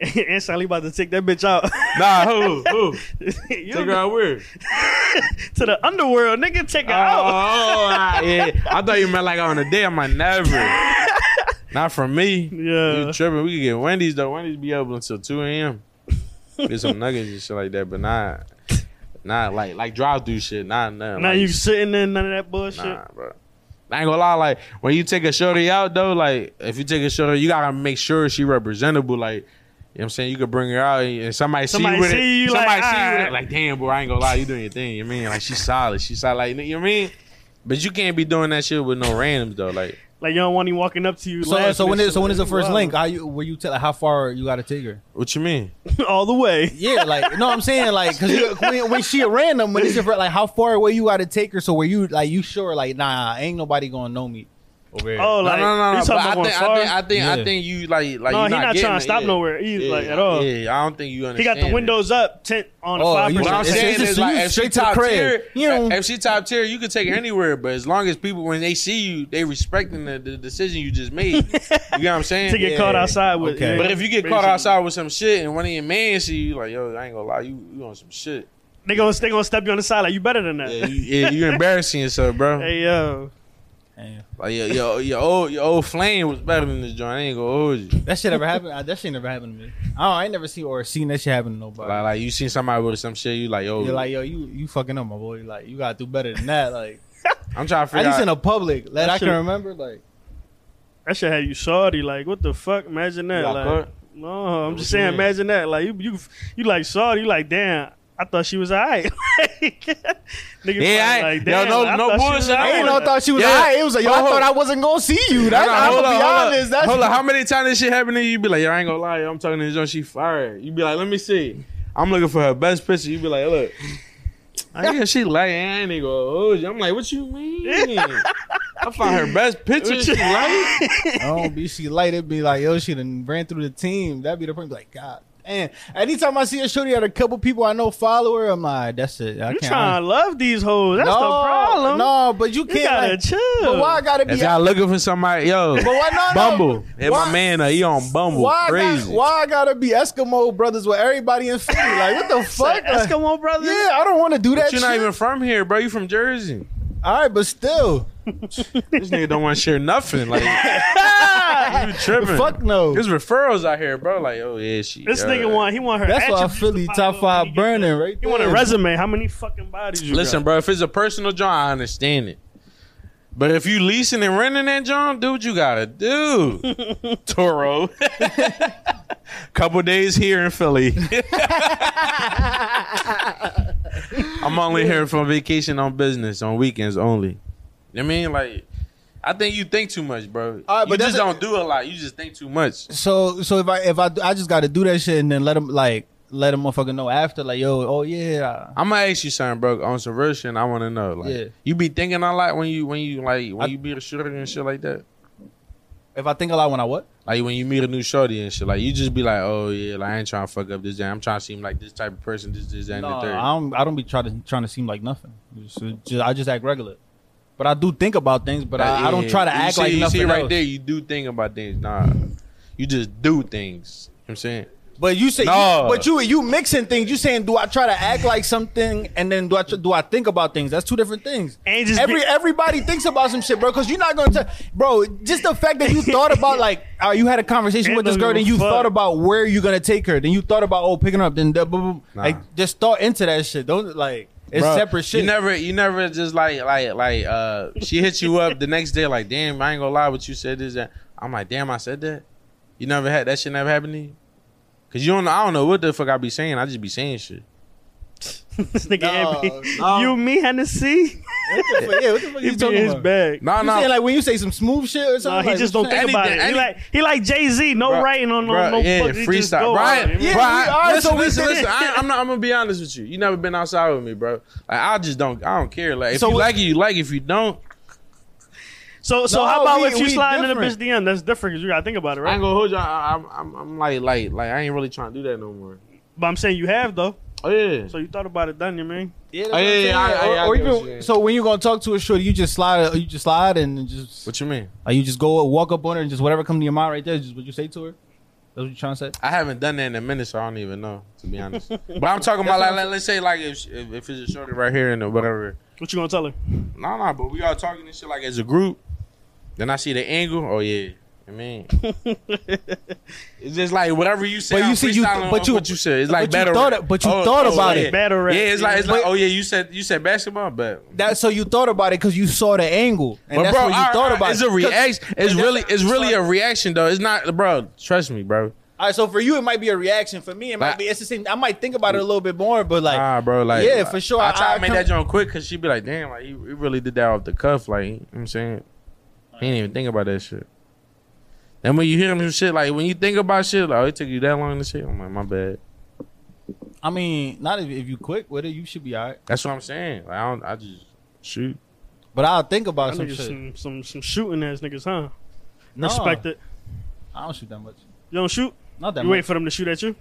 Speaker 3: and Sally about to take that bitch out.
Speaker 1: Nah, who who?
Speaker 3: You
Speaker 1: Take
Speaker 3: don't-
Speaker 1: her out where?
Speaker 3: to the underworld, nigga. Take her out.
Speaker 1: Oh, I, yeah. I thought you meant like on a day. I'm like, never. Not from me.
Speaker 3: Yeah.
Speaker 1: You tripping. We could get Wendy's, though. Wendy's be open until 2 a.m. Get some nuggets and shit like that, but not, not like like drive through shit. Not nothing.
Speaker 3: Now
Speaker 1: like,
Speaker 3: you sitting there, none of that bullshit.
Speaker 1: Nah, bro. I ain't gonna lie, like when you take a shorty out though, like if you take a shorty, you gotta make sure she representable. Like, you know what I'm saying? You could bring her out and somebody, see
Speaker 3: Somebody
Speaker 1: you with
Speaker 3: see
Speaker 1: it.
Speaker 3: you,
Speaker 1: somebody
Speaker 3: like, ah.
Speaker 1: see you with
Speaker 3: alright.
Speaker 1: it. Like, damn, boy, I ain't gonna lie, you doing your thing. You mean like she's solid. She's solid, like you know what I mean? But you can't be doing that shit with no randoms though. Like
Speaker 3: Like you don't want him walking up to you.
Speaker 2: So,
Speaker 3: laughing
Speaker 2: so when
Speaker 3: and
Speaker 2: is so
Speaker 3: shit
Speaker 2: when is the
Speaker 3: like
Speaker 2: first
Speaker 3: that.
Speaker 2: link? How you where you tell like, how far you gotta take her?
Speaker 1: what you mean?
Speaker 3: all the way.
Speaker 2: Yeah, like no, I'm saying like because when, when she a random, when it's your fir- like how far away you gotta take her, so where you like you sure like nah, ain't nobody gonna know me over here.
Speaker 3: Oh, like
Speaker 1: no, no, no, no.
Speaker 3: you talking
Speaker 1: but I,
Speaker 3: about
Speaker 1: think,
Speaker 3: going
Speaker 1: I
Speaker 3: far?
Speaker 1: think I think I
Speaker 2: Yeah.
Speaker 1: think you like like
Speaker 3: no,
Speaker 1: you
Speaker 3: he not
Speaker 1: getting
Speaker 3: trying
Speaker 1: it.
Speaker 3: to stop
Speaker 1: Yeah.
Speaker 3: nowhere either,
Speaker 1: Yeah,
Speaker 3: like at all.
Speaker 1: Yeah, I don't think you
Speaker 3: He got
Speaker 1: understand.
Speaker 3: the
Speaker 1: that.
Speaker 3: windows up, tent on
Speaker 2: Oh,
Speaker 3: five
Speaker 2: you-
Speaker 1: What
Speaker 2: Well,
Speaker 1: I'm
Speaker 2: It's-
Speaker 1: saying
Speaker 2: it's
Speaker 1: is
Speaker 2: just
Speaker 1: like
Speaker 2: you
Speaker 1: if she
Speaker 2: straight to
Speaker 1: top
Speaker 2: the crib.
Speaker 1: tier,
Speaker 2: You know.
Speaker 1: if she top tier, you could take her anywhere. But as long as people when they see you, they respecting the, the decision you just made. you know what I'm saying?
Speaker 3: to get
Speaker 2: Yeah.
Speaker 3: caught outside with.
Speaker 2: Okay.
Speaker 3: yeah.
Speaker 1: But if you get caught
Speaker 3: Basically.
Speaker 1: outside with some shit and one of your man see you, like yo, I ain't gonna lie, you you on some shit.
Speaker 3: they gonna they gonna step you on the side like you better than that.
Speaker 1: Yeah, you, yeah, you embarrassing yourself, bro.
Speaker 3: Hey yo,
Speaker 2: Damn.
Speaker 1: Like yo, yo, your old your old flame was better than this joint. I ain't gonna hold you.
Speaker 2: That shit ever happened? Uh, That shit never happened to me. I don't, I ain't never seen or seen that shit happen to nobody.
Speaker 1: Like, like you seen somebody with some shit, you like yo.
Speaker 2: You're like yo, you you fucking up, my boy. Like you gotta do better than that. Like
Speaker 1: I'm trying to
Speaker 2: at
Speaker 1: figure
Speaker 2: least in
Speaker 1: out.
Speaker 2: a public, that
Speaker 3: That
Speaker 2: I can
Speaker 3: shit-
Speaker 2: remember. Like
Speaker 3: that shit had you salty. Like what the fuck? Imagine that.
Speaker 1: You got
Speaker 3: Like
Speaker 1: caught?
Speaker 3: no, I'm
Speaker 1: What
Speaker 3: just
Speaker 1: you
Speaker 3: saying.
Speaker 1: mean?
Speaker 3: Imagine that. Like you you you like salty. You like damn. I thought she was alright. Nigga, probably
Speaker 1: I- yo, no-
Speaker 3: I
Speaker 1: no
Speaker 3: thought she
Speaker 1: bullshit.
Speaker 3: was
Speaker 1: I
Speaker 2: I
Speaker 3: alright.
Speaker 2: ain't know. I thought she was.
Speaker 1: Yeah.
Speaker 2: alright. It was like yo, I
Speaker 1: Hold
Speaker 2: thought
Speaker 1: on.
Speaker 2: I wasn't gonna see you.
Speaker 1: Hold
Speaker 2: That's
Speaker 1: on,
Speaker 2: I'm
Speaker 1: hold
Speaker 2: gonna
Speaker 1: on,
Speaker 2: be
Speaker 1: hold on.
Speaker 2: honest. That's
Speaker 1: Hold on, how many times this shit happened to you? You be like, yo, I ain't gonna lie, yo, I'm talking to this joint, she fired. You be like, let me see. I'm looking for her best picture. You be like, look. I guess she like, I ain't gonna hold you. I'm like, what you mean? I find her best pictures. She light.
Speaker 2: I don't be she light. It'd be like, yo, she done ran through the team. That'd be the point. Like, God damn. Anytime I see a shorty at a couple people I know follow her, I'm like, that's it. I
Speaker 3: You
Speaker 2: can't.
Speaker 3: trying to love these hoes? That's the problem.
Speaker 2: No, but you can't.
Speaker 3: you gotta
Speaker 2: like,
Speaker 3: chill.
Speaker 2: But why I gotta be?
Speaker 1: If y'all looking for somebody, yo,
Speaker 2: but why not?
Speaker 1: Bumble. And
Speaker 2: Why-
Speaker 1: my man, uh, he on Bumble.
Speaker 2: Why? I got-
Speaker 1: Crazy.
Speaker 2: why I gotta be Eskimo brothers with everybody in Philly? Like, what the fuck?
Speaker 3: Fuck
Speaker 2: Like,
Speaker 3: Eskimo brothers.
Speaker 2: yeah, I don't want to do that.
Speaker 1: But you're not
Speaker 2: shit.
Speaker 1: even from here, bro. You from Jersey.
Speaker 2: All right, but still,
Speaker 1: This nigga don't want to share nothing. Like, you tripping?
Speaker 2: fuck no.
Speaker 1: There's referrals out here, bro. Like, oh yeah, she.
Speaker 3: This
Speaker 1: uh,
Speaker 3: nigga want he want her.
Speaker 2: That's why
Speaker 3: attributes
Speaker 2: Philly
Speaker 3: to pop
Speaker 2: top
Speaker 3: up
Speaker 2: five
Speaker 3: when he get
Speaker 2: burning
Speaker 3: there.
Speaker 2: right
Speaker 3: He want a
Speaker 2: there.
Speaker 3: resume. How many fucking bodies you
Speaker 1: Listen,
Speaker 3: got?
Speaker 1: bro. If it's a personal joint, I understand it. But if you leasing and renting that joint, do what you gotta do. Toro. Couple days here in Philly. I'm only here for vacation on business on weekends only. You know what I mean, like, I think you think too much, bro.
Speaker 2: All right,
Speaker 1: you
Speaker 2: but
Speaker 1: just
Speaker 2: that's-
Speaker 1: don't do a lot. You just think too much.
Speaker 2: So, so if I if I I just gotta do that shit and then let them like let them motherfucker know after like yo oh yeah
Speaker 1: I'm gonna ask you something, bro. On some real shit, and I want to know. Like,
Speaker 2: Yeah.
Speaker 1: you be thinking a lot when you when you like when
Speaker 2: I-
Speaker 1: you meet a shorty and shit like that.
Speaker 2: if I think a lot when I what
Speaker 1: Like when you meet a new shorty and shit, like you just be like, oh yeah, like I ain't trying to fuck up this. That. I'm trying to seem like this type of person. This, this, that, and
Speaker 2: no
Speaker 1: the third.
Speaker 2: I don't I don't be trying to trying to seem like nothing It's just- I just act regular but I do think about things but I, I don't
Speaker 1: Yeah.
Speaker 2: try to
Speaker 1: You
Speaker 2: act
Speaker 1: see,
Speaker 2: like
Speaker 1: you
Speaker 2: nothing
Speaker 1: see right
Speaker 2: else.
Speaker 1: there. You do think about things. Nah, you just do things. You know what I'm saying.
Speaker 2: But you say,
Speaker 1: No.
Speaker 2: but you you mixing things. You saying, do I try to act like something, and then do I tr- do I think about things? That's two different things.
Speaker 3: And just
Speaker 2: Every
Speaker 3: be-
Speaker 2: everybody thinks about some shit, bro. Because you're not gonna tell, bro. Just the fact that you thought about like, uh, you had a conversation
Speaker 3: And
Speaker 2: with this
Speaker 3: don't
Speaker 2: girl,
Speaker 3: give
Speaker 2: then
Speaker 3: a
Speaker 2: you
Speaker 3: fuck.
Speaker 2: thought about where you're gonna take her, then you thought about oh picking her up, then da- boom, boom.
Speaker 1: Nah.
Speaker 2: like just thought into that shit. Don't like it's
Speaker 1: Bruh,
Speaker 2: separate shit.
Speaker 1: You never, you never just like, like, like. uh She hits you up the next day, like, damn, I ain't gonna lie, but you said this. That. I'm like, damn, I said that. You never had that shit. Never happened to you. Cause you don't. know- I don't know what the fuck I be saying. I just be saying shit.
Speaker 3: this nigga
Speaker 2: No,
Speaker 3: Anthony.
Speaker 2: no.
Speaker 3: You, me, Hennessy.
Speaker 2: what the fuck, yeah, what the fuck
Speaker 3: He
Speaker 2: you
Speaker 3: be in
Speaker 2: talking
Speaker 3: his
Speaker 2: about?
Speaker 3: bag.
Speaker 1: No,
Speaker 2: You saying
Speaker 1: no,
Speaker 2: like when you say some smooth shit or
Speaker 3: No,
Speaker 2: something?
Speaker 3: he
Speaker 2: like,
Speaker 3: just
Speaker 2: what
Speaker 3: don't
Speaker 2: you
Speaker 3: think
Speaker 2: saying?
Speaker 1: Anything-
Speaker 3: about it.
Speaker 1: any-
Speaker 3: He like he like Jay Z, no
Speaker 1: Bruh,
Speaker 3: writing on no,
Speaker 1: bruh,
Speaker 3: no
Speaker 1: yeah,
Speaker 3: fuck, he just
Speaker 1: freestyle.
Speaker 3: go
Speaker 1: Brian,
Speaker 3: on it.
Speaker 2: Yeah,
Speaker 1: Bro,
Speaker 2: we-
Speaker 1: I-
Speaker 2: all right,
Speaker 1: listen,
Speaker 2: so we
Speaker 1: listen,
Speaker 2: did
Speaker 1: listen.
Speaker 2: it.
Speaker 1: I, I'm not. I'm gonna be honest with you. You never been outside with me, bro. Like, I just don't. I don't care. Like, if
Speaker 2: So
Speaker 1: you
Speaker 2: what-
Speaker 1: like it, you like. it. If you don't,
Speaker 3: So so
Speaker 2: No,
Speaker 3: how about
Speaker 2: we-
Speaker 3: if you
Speaker 2: we
Speaker 3: slide in a bitch
Speaker 2: different.
Speaker 3: DM? That's different because you gotta think about it,
Speaker 1: I
Speaker 3: right?
Speaker 1: ain't gonna hold you. I, I'm, I'm, I'm like, like, like. I ain't really trying to do that no more.
Speaker 3: But I'm saying you have though.
Speaker 1: Oh yeah.
Speaker 3: So you thought about it, done you mean?
Speaker 2: Yeah, that's
Speaker 1: Oh,
Speaker 2: what
Speaker 1: yeah,
Speaker 2: I'm saying.
Speaker 1: yeah, yeah,
Speaker 2: Or-
Speaker 1: yeah, I
Speaker 2: or
Speaker 1: get what
Speaker 2: even-
Speaker 1: you're saying.
Speaker 2: so when you gonna talk to a shorty, you just slide, you just slide and just
Speaker 1: what you mean?
Speaker 2: like you just go walk up on her and just whatever come to your mind right there, is just what you say to her. That's what you trying to say.
Speaker 1: I haven't done that in a minute, so I don't even know to be honest. but I'm talking about like, let- let's say like if if, if it's a shorty right here and whatever.
Speaker 3: What you gonna tell her?
Speaker 1: No, no, but we all talking and shit like as a group. Then I see the angle. Oh yeah, I mean, it's just like whatever you say.
Speaker 2: But you
Speaker 1: I'm
Speaker 2: see, you-
Speaker 1: freestyling
Speaker 2: but
Speaker 1: on
Speaker 2: you-
Speaker 1: what you said. It's like
Speaker 2: but you
Speaker 1: better.
Speaker 2: thought it- but you thought about
Speaker 1: oh, yeah.
Speaker 2: it.
Speaker 3: Battle rap.
Speaker 1: Yeah, it's like it's like
Speaker 2: But-
Speaker 1: oh yeah, you said you said basketball, but.
Speaker 2: That so you thought about it because you saw the angle and
Speaker 1: But
Speaker 2: that's
Speaker 1: bro,
Speaker 2: what you
Speaker 1: all right,
Speaker 2: thought
Speaker 1: all
Speaker 2: about.
Speaker 1: right, it's a
Speaker 2: it. 'Cause-
Speaker 1: reaction. It's
Speaker 2: and that's
Speaker 1: really,
Speaker 2: what
Speaker 1: it's
Speaker 2: I'm
Speaker 1: really a
Speaker 2: sorry.
Speaker 1: reaction though. It's not, bro. Trust me, bro.
Speaker 2: All right, so for you it might be a reaction. For me, it might
Speaker 1: Like-
Speaker 2: be it's the same. I might think about it a little bit more, but like,
Speaker 1: ah, bro, like
Speaker 2: yeah, for sure.
Speaker 1: I try to make
Speaker 2: come-
Speaker 1: that joint quick because she be like, damn, like he, he really did that off the cuff. Like, you know what I'm saying? He didn't even think about that shit. And when you hear him do shit, like when you think about shit, like oh, it took you that long to shit. I'm like, my bad.
Speaker 2: I mean, not if, if you quick with it, you should be all right.
Speaker 1: That's what I'm saying. Like, I don't, I just shoot.
Speaker 2: But I'll think about
Speaker 3: That
Speaker 2: some
Speaker 3: nigga
Speaker 2: shit.
Speaker 3: some some some shooting ass niggas, huh?
Speaker 2: No,
Speaker 3: Respect it.
Speaker 2: I don't shoot that much.
Speaker 3: You don't shoot.
Speaker 2: Not that
Speaker 3: You
Speaker 2: much.
Speaker 3: wait for them to shoot at you.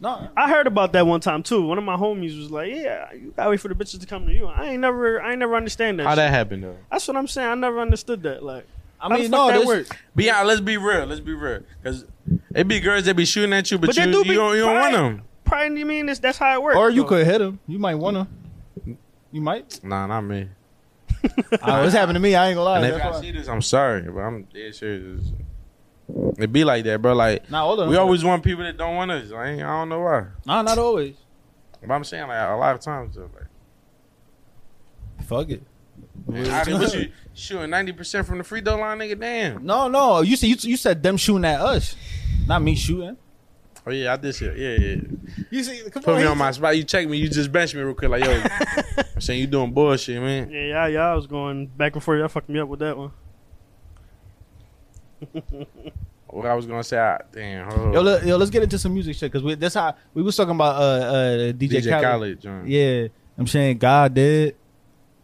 Speaker 2: no,
Speaker 3: I heard about that one time too. One of my homies was like, "Yeah, you gotta wait for the bitches to come to you." I ain't never, I ain't never understand that.
Speaker 1: How
Speaker 3: shit.
Speaker 1: that happened though?
Speaker 3: That's what I'm saying. I never understood that. Like,
Speaker 2: I
Speaker 3: How
Speaker 2: mean,
Speaker 3: the fuck
Speaker 2: no,
Speaker 3: that
Speaker 2: this,
Speaker 3: work?
Speaker 1: But yeah, let's be real. Let's be real. Cause it be girls that be shooting at you, but,
Speaker 3: But they
Speaker 1: you, do
Speaker 3: do be
Speaker 1: you don't, you don't want
Speaker 3: pride.
Speaker 1: them.
Speaker 3: probably you mean this. That's how it works.
Speaker 2: Or you
Speaker 3: though.
Speaker 2: could hit him. You might want to. You might.
Speaker 1: Nah, not me.
Speaker 2: Uh, what's happened to me? I ain't gonna lie.
Speaker 1: And if
Speaker 2: That's
Speaker 1: I
Speaker 2: why-
Speaker 1: see this, I'm sorry, but I'm dead serious. It be like that, bro. Like
Speaker 2: Nah, hold on.
Speaker 1: we always want people that don't want us. I, ain't, I don't know why.
Speaker 2: Nah, not always.
Speaker 1: But I'm saying like a lot of times though, like
Speaker 2: Fuck it.
Speaker 1: I mean, what you shooting ninety percent from the free throw line, nigga. Damn.
Speaker 2: No, no. You see, you, you said them shooting at us, not me shooting.
Speaker 1: Oh yeah, I did shit. Yeah, yeah.
Speaker 2: You see, come
Speaker 1: Put me on my spot. You check me. You just bench me real quick. Like yo, I'm saying you doing bullshit, man.
Speaker 3: Yeah, yeah, yeah. I was going back and forth. Y'all fucked me up with that one.
Speaker 1: What I was gonna say, I, damn. Hold
Speaker 2: Yo,
Speaker 1: on.
Speaker 2: let, yo, let's get into some music shit because that's how we was talking about uh, uh, DJ,
Speaker 1: DJ
Speaker 2: Khaled.
Speaker 1: Khaled, John.
Speaker 2: Yeah, I'm saying God did.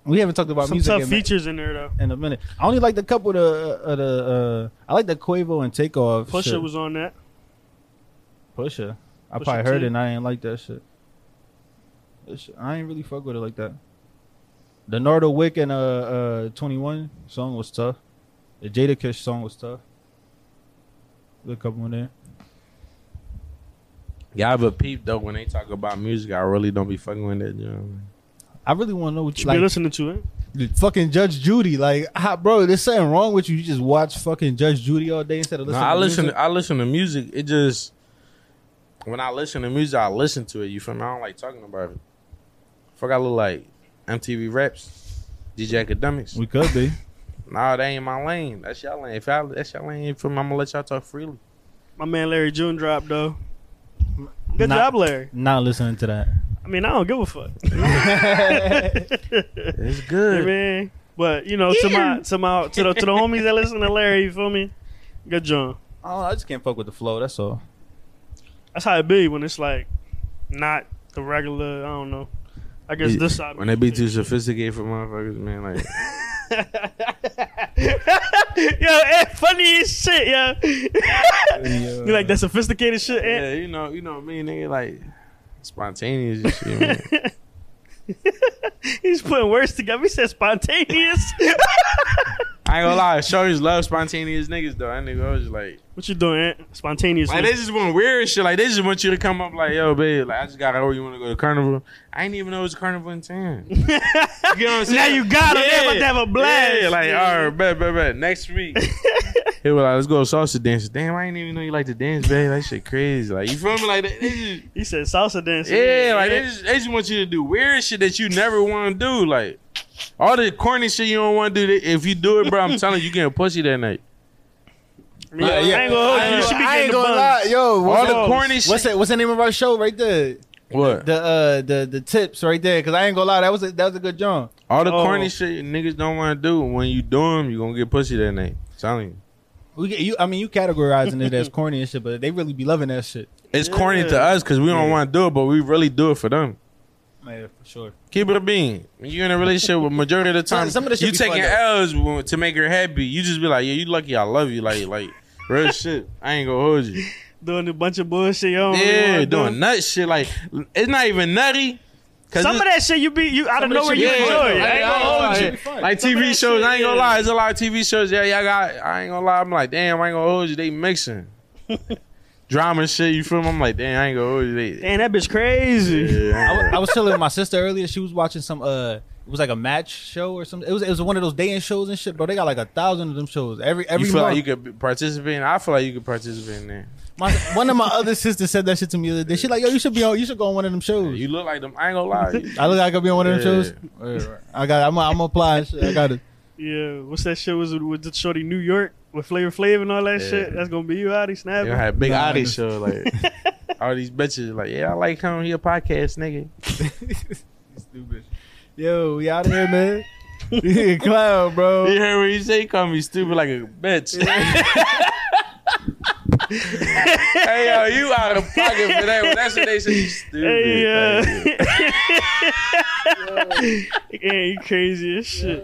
Speaker 2: We haven't talked about
Speaker 3: Some
Speaker 2: music
Speaker 3: tough
Speaker 2: in,
Speaker 3: features in there though.
Speaker 2: in a minute. I only like the couple of the, of the uh, I like the Quavo and Takeoff.
Speaker 3: Pusha
Speaker 2: shit.
Speaker 3: was on that.
Speaker 2: Pusha. I
Speaker 3: Pusha
Speaker 2: probably heard
Speaker 3: T.
Speaker 2: it and I ain't like that shit. That shit- I ain't really fuck with it like that. The Nardo Wick and uh uh 21 song was tough. The Jada Kish song was tough. There's a couple in there.
Speaker 1: Yeah, but peep though when they talk about music, I really don't be fucking with it. You know?
Speaker 2: I really want to know what
Speaker 3: What
Speaker 2: you
Speaker 3: you been
Speaker 2: like.
Speaker 3: listening to it?
Speaker 2: Fucking Judge Judy, like, ah, bro, there's something wrong with you. You just watch fucking Judge Judy all day instead of
Speaker 1: No,
Speaker 2: listening.
Speaker 1: I
Speaker 2: to
Speaker 1: listen.
Speaker 2: music?
Speaker 1: I listen to music. It just when I listen to music, I listen to it. You feel me? I don't like talking about it. Fuck, I look like MTV Raps, DJ Academics.
Speaker 2: We could be.
Speaker 1: Nah, that ain't my lane. That's y'all lane. If y'all, that's y'all lane. From I'm gonna let y'all talk freely.
Speaker 3: My man Larry June dropped though. Good
Speaker 2: Nah.
Speaker 3: job, Larry.
Speaker 2: Not listening to that.
Speaker 3: I mean, I don't give a fuck.
Speaker 1: It's
Speaker 3: Yeah,
Speaker 1: good.
Speaker 3: man. But you know, to my to my to the to the homies that listen to Larry, you feel me? Good job.
Speaker 2: Oh, I just can't fuck with the flow. That's all.
Speaker 3: That's how it be when it's like not the regular. I don't know. I guess
Speaker 1: Yeah,
Speaker 3: this side
Speaker 1: When they be too sophisticated for motherfuckers, man, like
Speaker 3: yo, eh, funny as shit, yo. you like that sophisticated shit, eh?
Speaker 1: yeah, you know, you know me, nigga, like spontaneous and shit. Man.
Speaker 3: He's putting words together. He said spontaneous.
Speaker 1: I ain't gonna lie, shorties love spontaneous niggas though. That nigga was just like,
Speaker 3: what you doing, eh? Spontaneous.
Speaker 1: like they just want weird shit. Like they just want you to come up like, yo, babe, like I just got over. You want to go to carnival? I didn't even know it was carnival in town. you know what I'm saying?
Speaker 3: now you got him. They about to have a blast.
Speaker 1: Yeah, like all right, bet, bet, bet. Next week. He was like, let's go sausage dance. Damn, I didn't even know you like to dance, babe. That shit crazy. Like, you feel me? Like, they, they just,
Speaker 3: He said salsa dancing.
Speaker 1: yeah, like they just, they just want you to do weird shit that you never want to do. Like, all the corny shit you don't want to do. If you do it, bro, I'm telling you, you getting pussy that night.
Speaker 3: Yeah, I ain't gonna hold you. You should be
Speaker 2: I
Speaker 3: getting
Speaker 2: ain't
Speaker 3: the
Speaker 2: gonna lie.
Speaker 3: buns.
Speaker 2: Yo,
Speaker 1: All
Speaker 2: what's,
Speaker 1: the
Speaker 3: up?
Speaker 1: corny shit.
Speaker 2: what's it? What's the name of our show right there?
Speaker 1: What?
Speaker 2: The uh the the tips right there. Cause I ain't gonna lie, that was a, that was a good job.
Speaker 1: All the
Speaker 3: Oh.
Speaker 1: corny shit niggas don't want to do. When you do them, you gonna get pussy that night. Telling you,
Speaker 2: We get you. I mean, you categorizing it as corny and shit, but they really be loving that shit.
Speaker 1: it's corny to
Speaker 3: Yeah.
Speaker 1: us because we don't want to do it, but we really do it for them.
Speaker 2: Yeah, for sure.
Speaker 1: Keep it a being. When you're in a relationship with majority of the time,
Speaker 2: Some of the shit
Speaker 1: you
Speaker 2: be
Speaker 1: taking
Speaker 2: fun, though.
Speaker 1: L's when- to make her happy. You just be like, yeah, you lucky, I love you, like, like. Real shit. I ain't gonna hold you.
Speaker 3: doing a bunch of bullshit. You don't really
Speaker 1: Yeah,
Speaker 3: wanna Oh, do.
Speaker 1: doing nut shit. Like it's not even nutty. Cause
Speaker 3: Some of
Speaker 1: it's-
Speaker 3: that shit you be you out of
Speaker 2: Some of
Speaker 3: nowhere
Speaker 2: that
Speaker 3: you
Speaker 2: shit
Speaker 3: enjoy.
Speaker 2: be fun, though.
Speaker 3: it. I ain't gonna hold
Speaker 2: lie,
Speaker 1: lie.
Speaker 2: shit be fun.
Speaker 1: Like
Speaker 3: Some of
Speaker 1: TV
Speaker 3: that
Speaker 1: shows,
Speaker 3: shit,
Speaker 1: I ain't gonna
Speaker 3: yeah.
Speaker 1: lie. There's a lot of TV shows. Yeah, y'all got. I ain't gonna lie. I'm like, damn, I ain't gonna hold you. They mixing drama shit. You feel me? I'm like, damn, I ain't gonna hold you. They,
Speaker 3: Damn, that bitch crazy.
Speaker 1: Yeah, I
Speaker 2: I,
Speaker 1: ain't
Speaker 2: wa-
Speaker 1: gonna-
Speaker 2: I was telling my sister earlier. She was watching some uh, it was like a match show or something. It was it was one of those dating shows and shit, bro. They got like a thousand of them shows every every
Speaker 1: you feel
Speaker 2: month.
Speaker 1: like you could participate. In, I feel like you could participate in that.
Speaker 2: my, one of my other sisters said that shit to me the other day. She like, yo, you should be on, you should go on one of them shows.
Speaker 1: You look like them. I ain't gonna lie. You-
Speaker 2: I look like I could be on one of
Speaker 1: Yeah.
Speaker 2: them shows. Right, right. I got. I'm. I'm applying. shit. I got it.
Speaker 3: Yeah, what's that shit was with the shorty New York with Flavor Flav and all that
Speaker 1: Yeah.
Speaker 3: shit? That's gonna be you out. He
Speaker 1: They
Speaker 3: snapping.
Speaker 1: gonna have big
Speaker 2: Nah, I
Speaker 1: nah,
Speaker 2: just-
Speaker 1: show like all these bitches. Like, yeah, I like him. He a podcast nigga.
Speaker 2: Stupid. Yo, we out here, man. Yeah, clown,
Speaker 1: You
Speaker 2: bro.
Speaker 1: heard what he say? He called me stupid like a bitch. hey yo, you out of pocket for that? Well, that's what they say. You stupid.
Speaker 3: Hey, uh,
Speaker 1: Like,
Speaker 3: yeah, you crazy as shit.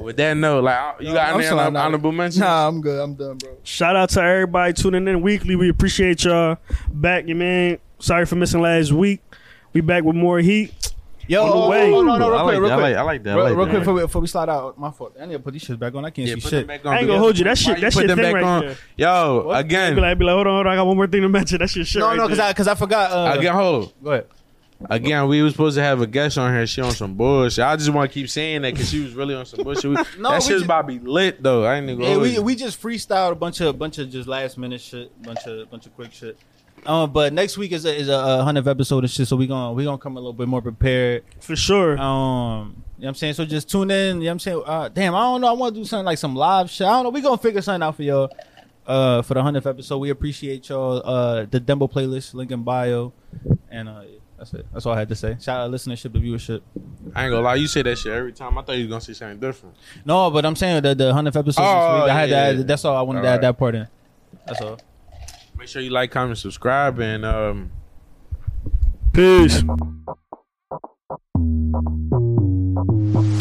Speaker 1: With that note, like I- you got
Speaker 2: I'm
Speaker 1: any
Speaker 2: sorry,
Speaker 1: hon-
Speaker 2: nah.
Speaker 1: honorable mentions?
Speaker 2: Nah, I'm good. I'm done, bro.
Speaker 3: Shout out to everybody tuning in weekly. We appreciate y'all back, you man. Sorry for missing last week. We back with more heat.
Speaker 2: Yo,
Speaker 3: On the
Speaker 2: oh,
Speaker 3: way.
Speaker 2: oh, no, no, real quick, real quick.
Speaker 1: I like that.
Speaker 2: Real, real quick before we, before we slide out, my fault. I need to put these shits back on. I can't
Speaker 1: Yeah,
Speaker 2: see
Speaker 1: put
Speaker 2: shit.
Speaker 1: them back on.
Speaker 3: I ain't gonna
Speaker 1: dude.
Speaker 3: hold you. That
Speaker 1: Why you
Speaker 3: shit, that
Speaker 1: put
Speaker 3: shit
Speaker 1: them
Speaker 3: thing
Speaker 1: back
Speaker 3: right
Speaker 1: on.
Speaker 3: there.
Speaker 1: Yo,
Speaker 2: What?
Speaker 3: Be
Speaker 1: again,
Speaker 3: like, be like, hold on, hold on. I got one more thing to mention. That shit shit.
Speaker 2: No,
Speaker 3: right
Speaker 2: no, because
Speaker 3: there.
Speaker 2: I because I forgot. Uh,
Speaker 1: again, hold. on.
Speaker 2: Go ahead.
Speaker 1: Again, we was supposed to have a guest on here. She on some bullshit. I just want to keit saying that because she was really on some bullshit. We,
Speaker 2: No, we
Speaker 1: that shit's
Speaker 2: ju-
Speaker 1: about to be lit though. I ain't gonna.
Speaker 2: Yeah,
Speaker 1: hold
Speaker 2: we
Speaker 1: you.
Speaker 2: we just freestyled a bunch of bunch of just last minute shit, bunch of bunch of quick shit. Um, but next week is a is a hundredth episode and shit, so we gonna we gonna come a little bit more prepared.
Speaker 3: for
Speaker 2: Um,
Speaker 3: sure.
Speaker 2: you know what I'm saying? So just tune in. You know what I'm saying? Uh, damn, I don't know. I want to do something like some live shit. I don't know. we going to figure something out for y'all uh, for the 100th episode. We appreciate y'all. Uh, the Dembo playlist, link in bio. And uh, that's it. That's all I had to say. Shout out listenership to viewership.
Speaker 1: I ain't gonna lie. You say that shit every time. I thought you was gonna say something different.
Speaker 2: No, but I'm saying the, the 100th episode.
Speaker 1: Oh,
Speaker 2: this week, I had
Speaker 1: yeah,
Speaker 2: to add-
Speaker 1: yeah.
Speaker 2: That's all I wanted to
Speaker 1: All
Speaker 2: add
Speaker 1: right.
Speaker 2: that part in. That's all.
Speaker 1: Make sure you like, comment, subscribe, and um.
Speaker 3: Peace.
Speaker 4: Bye.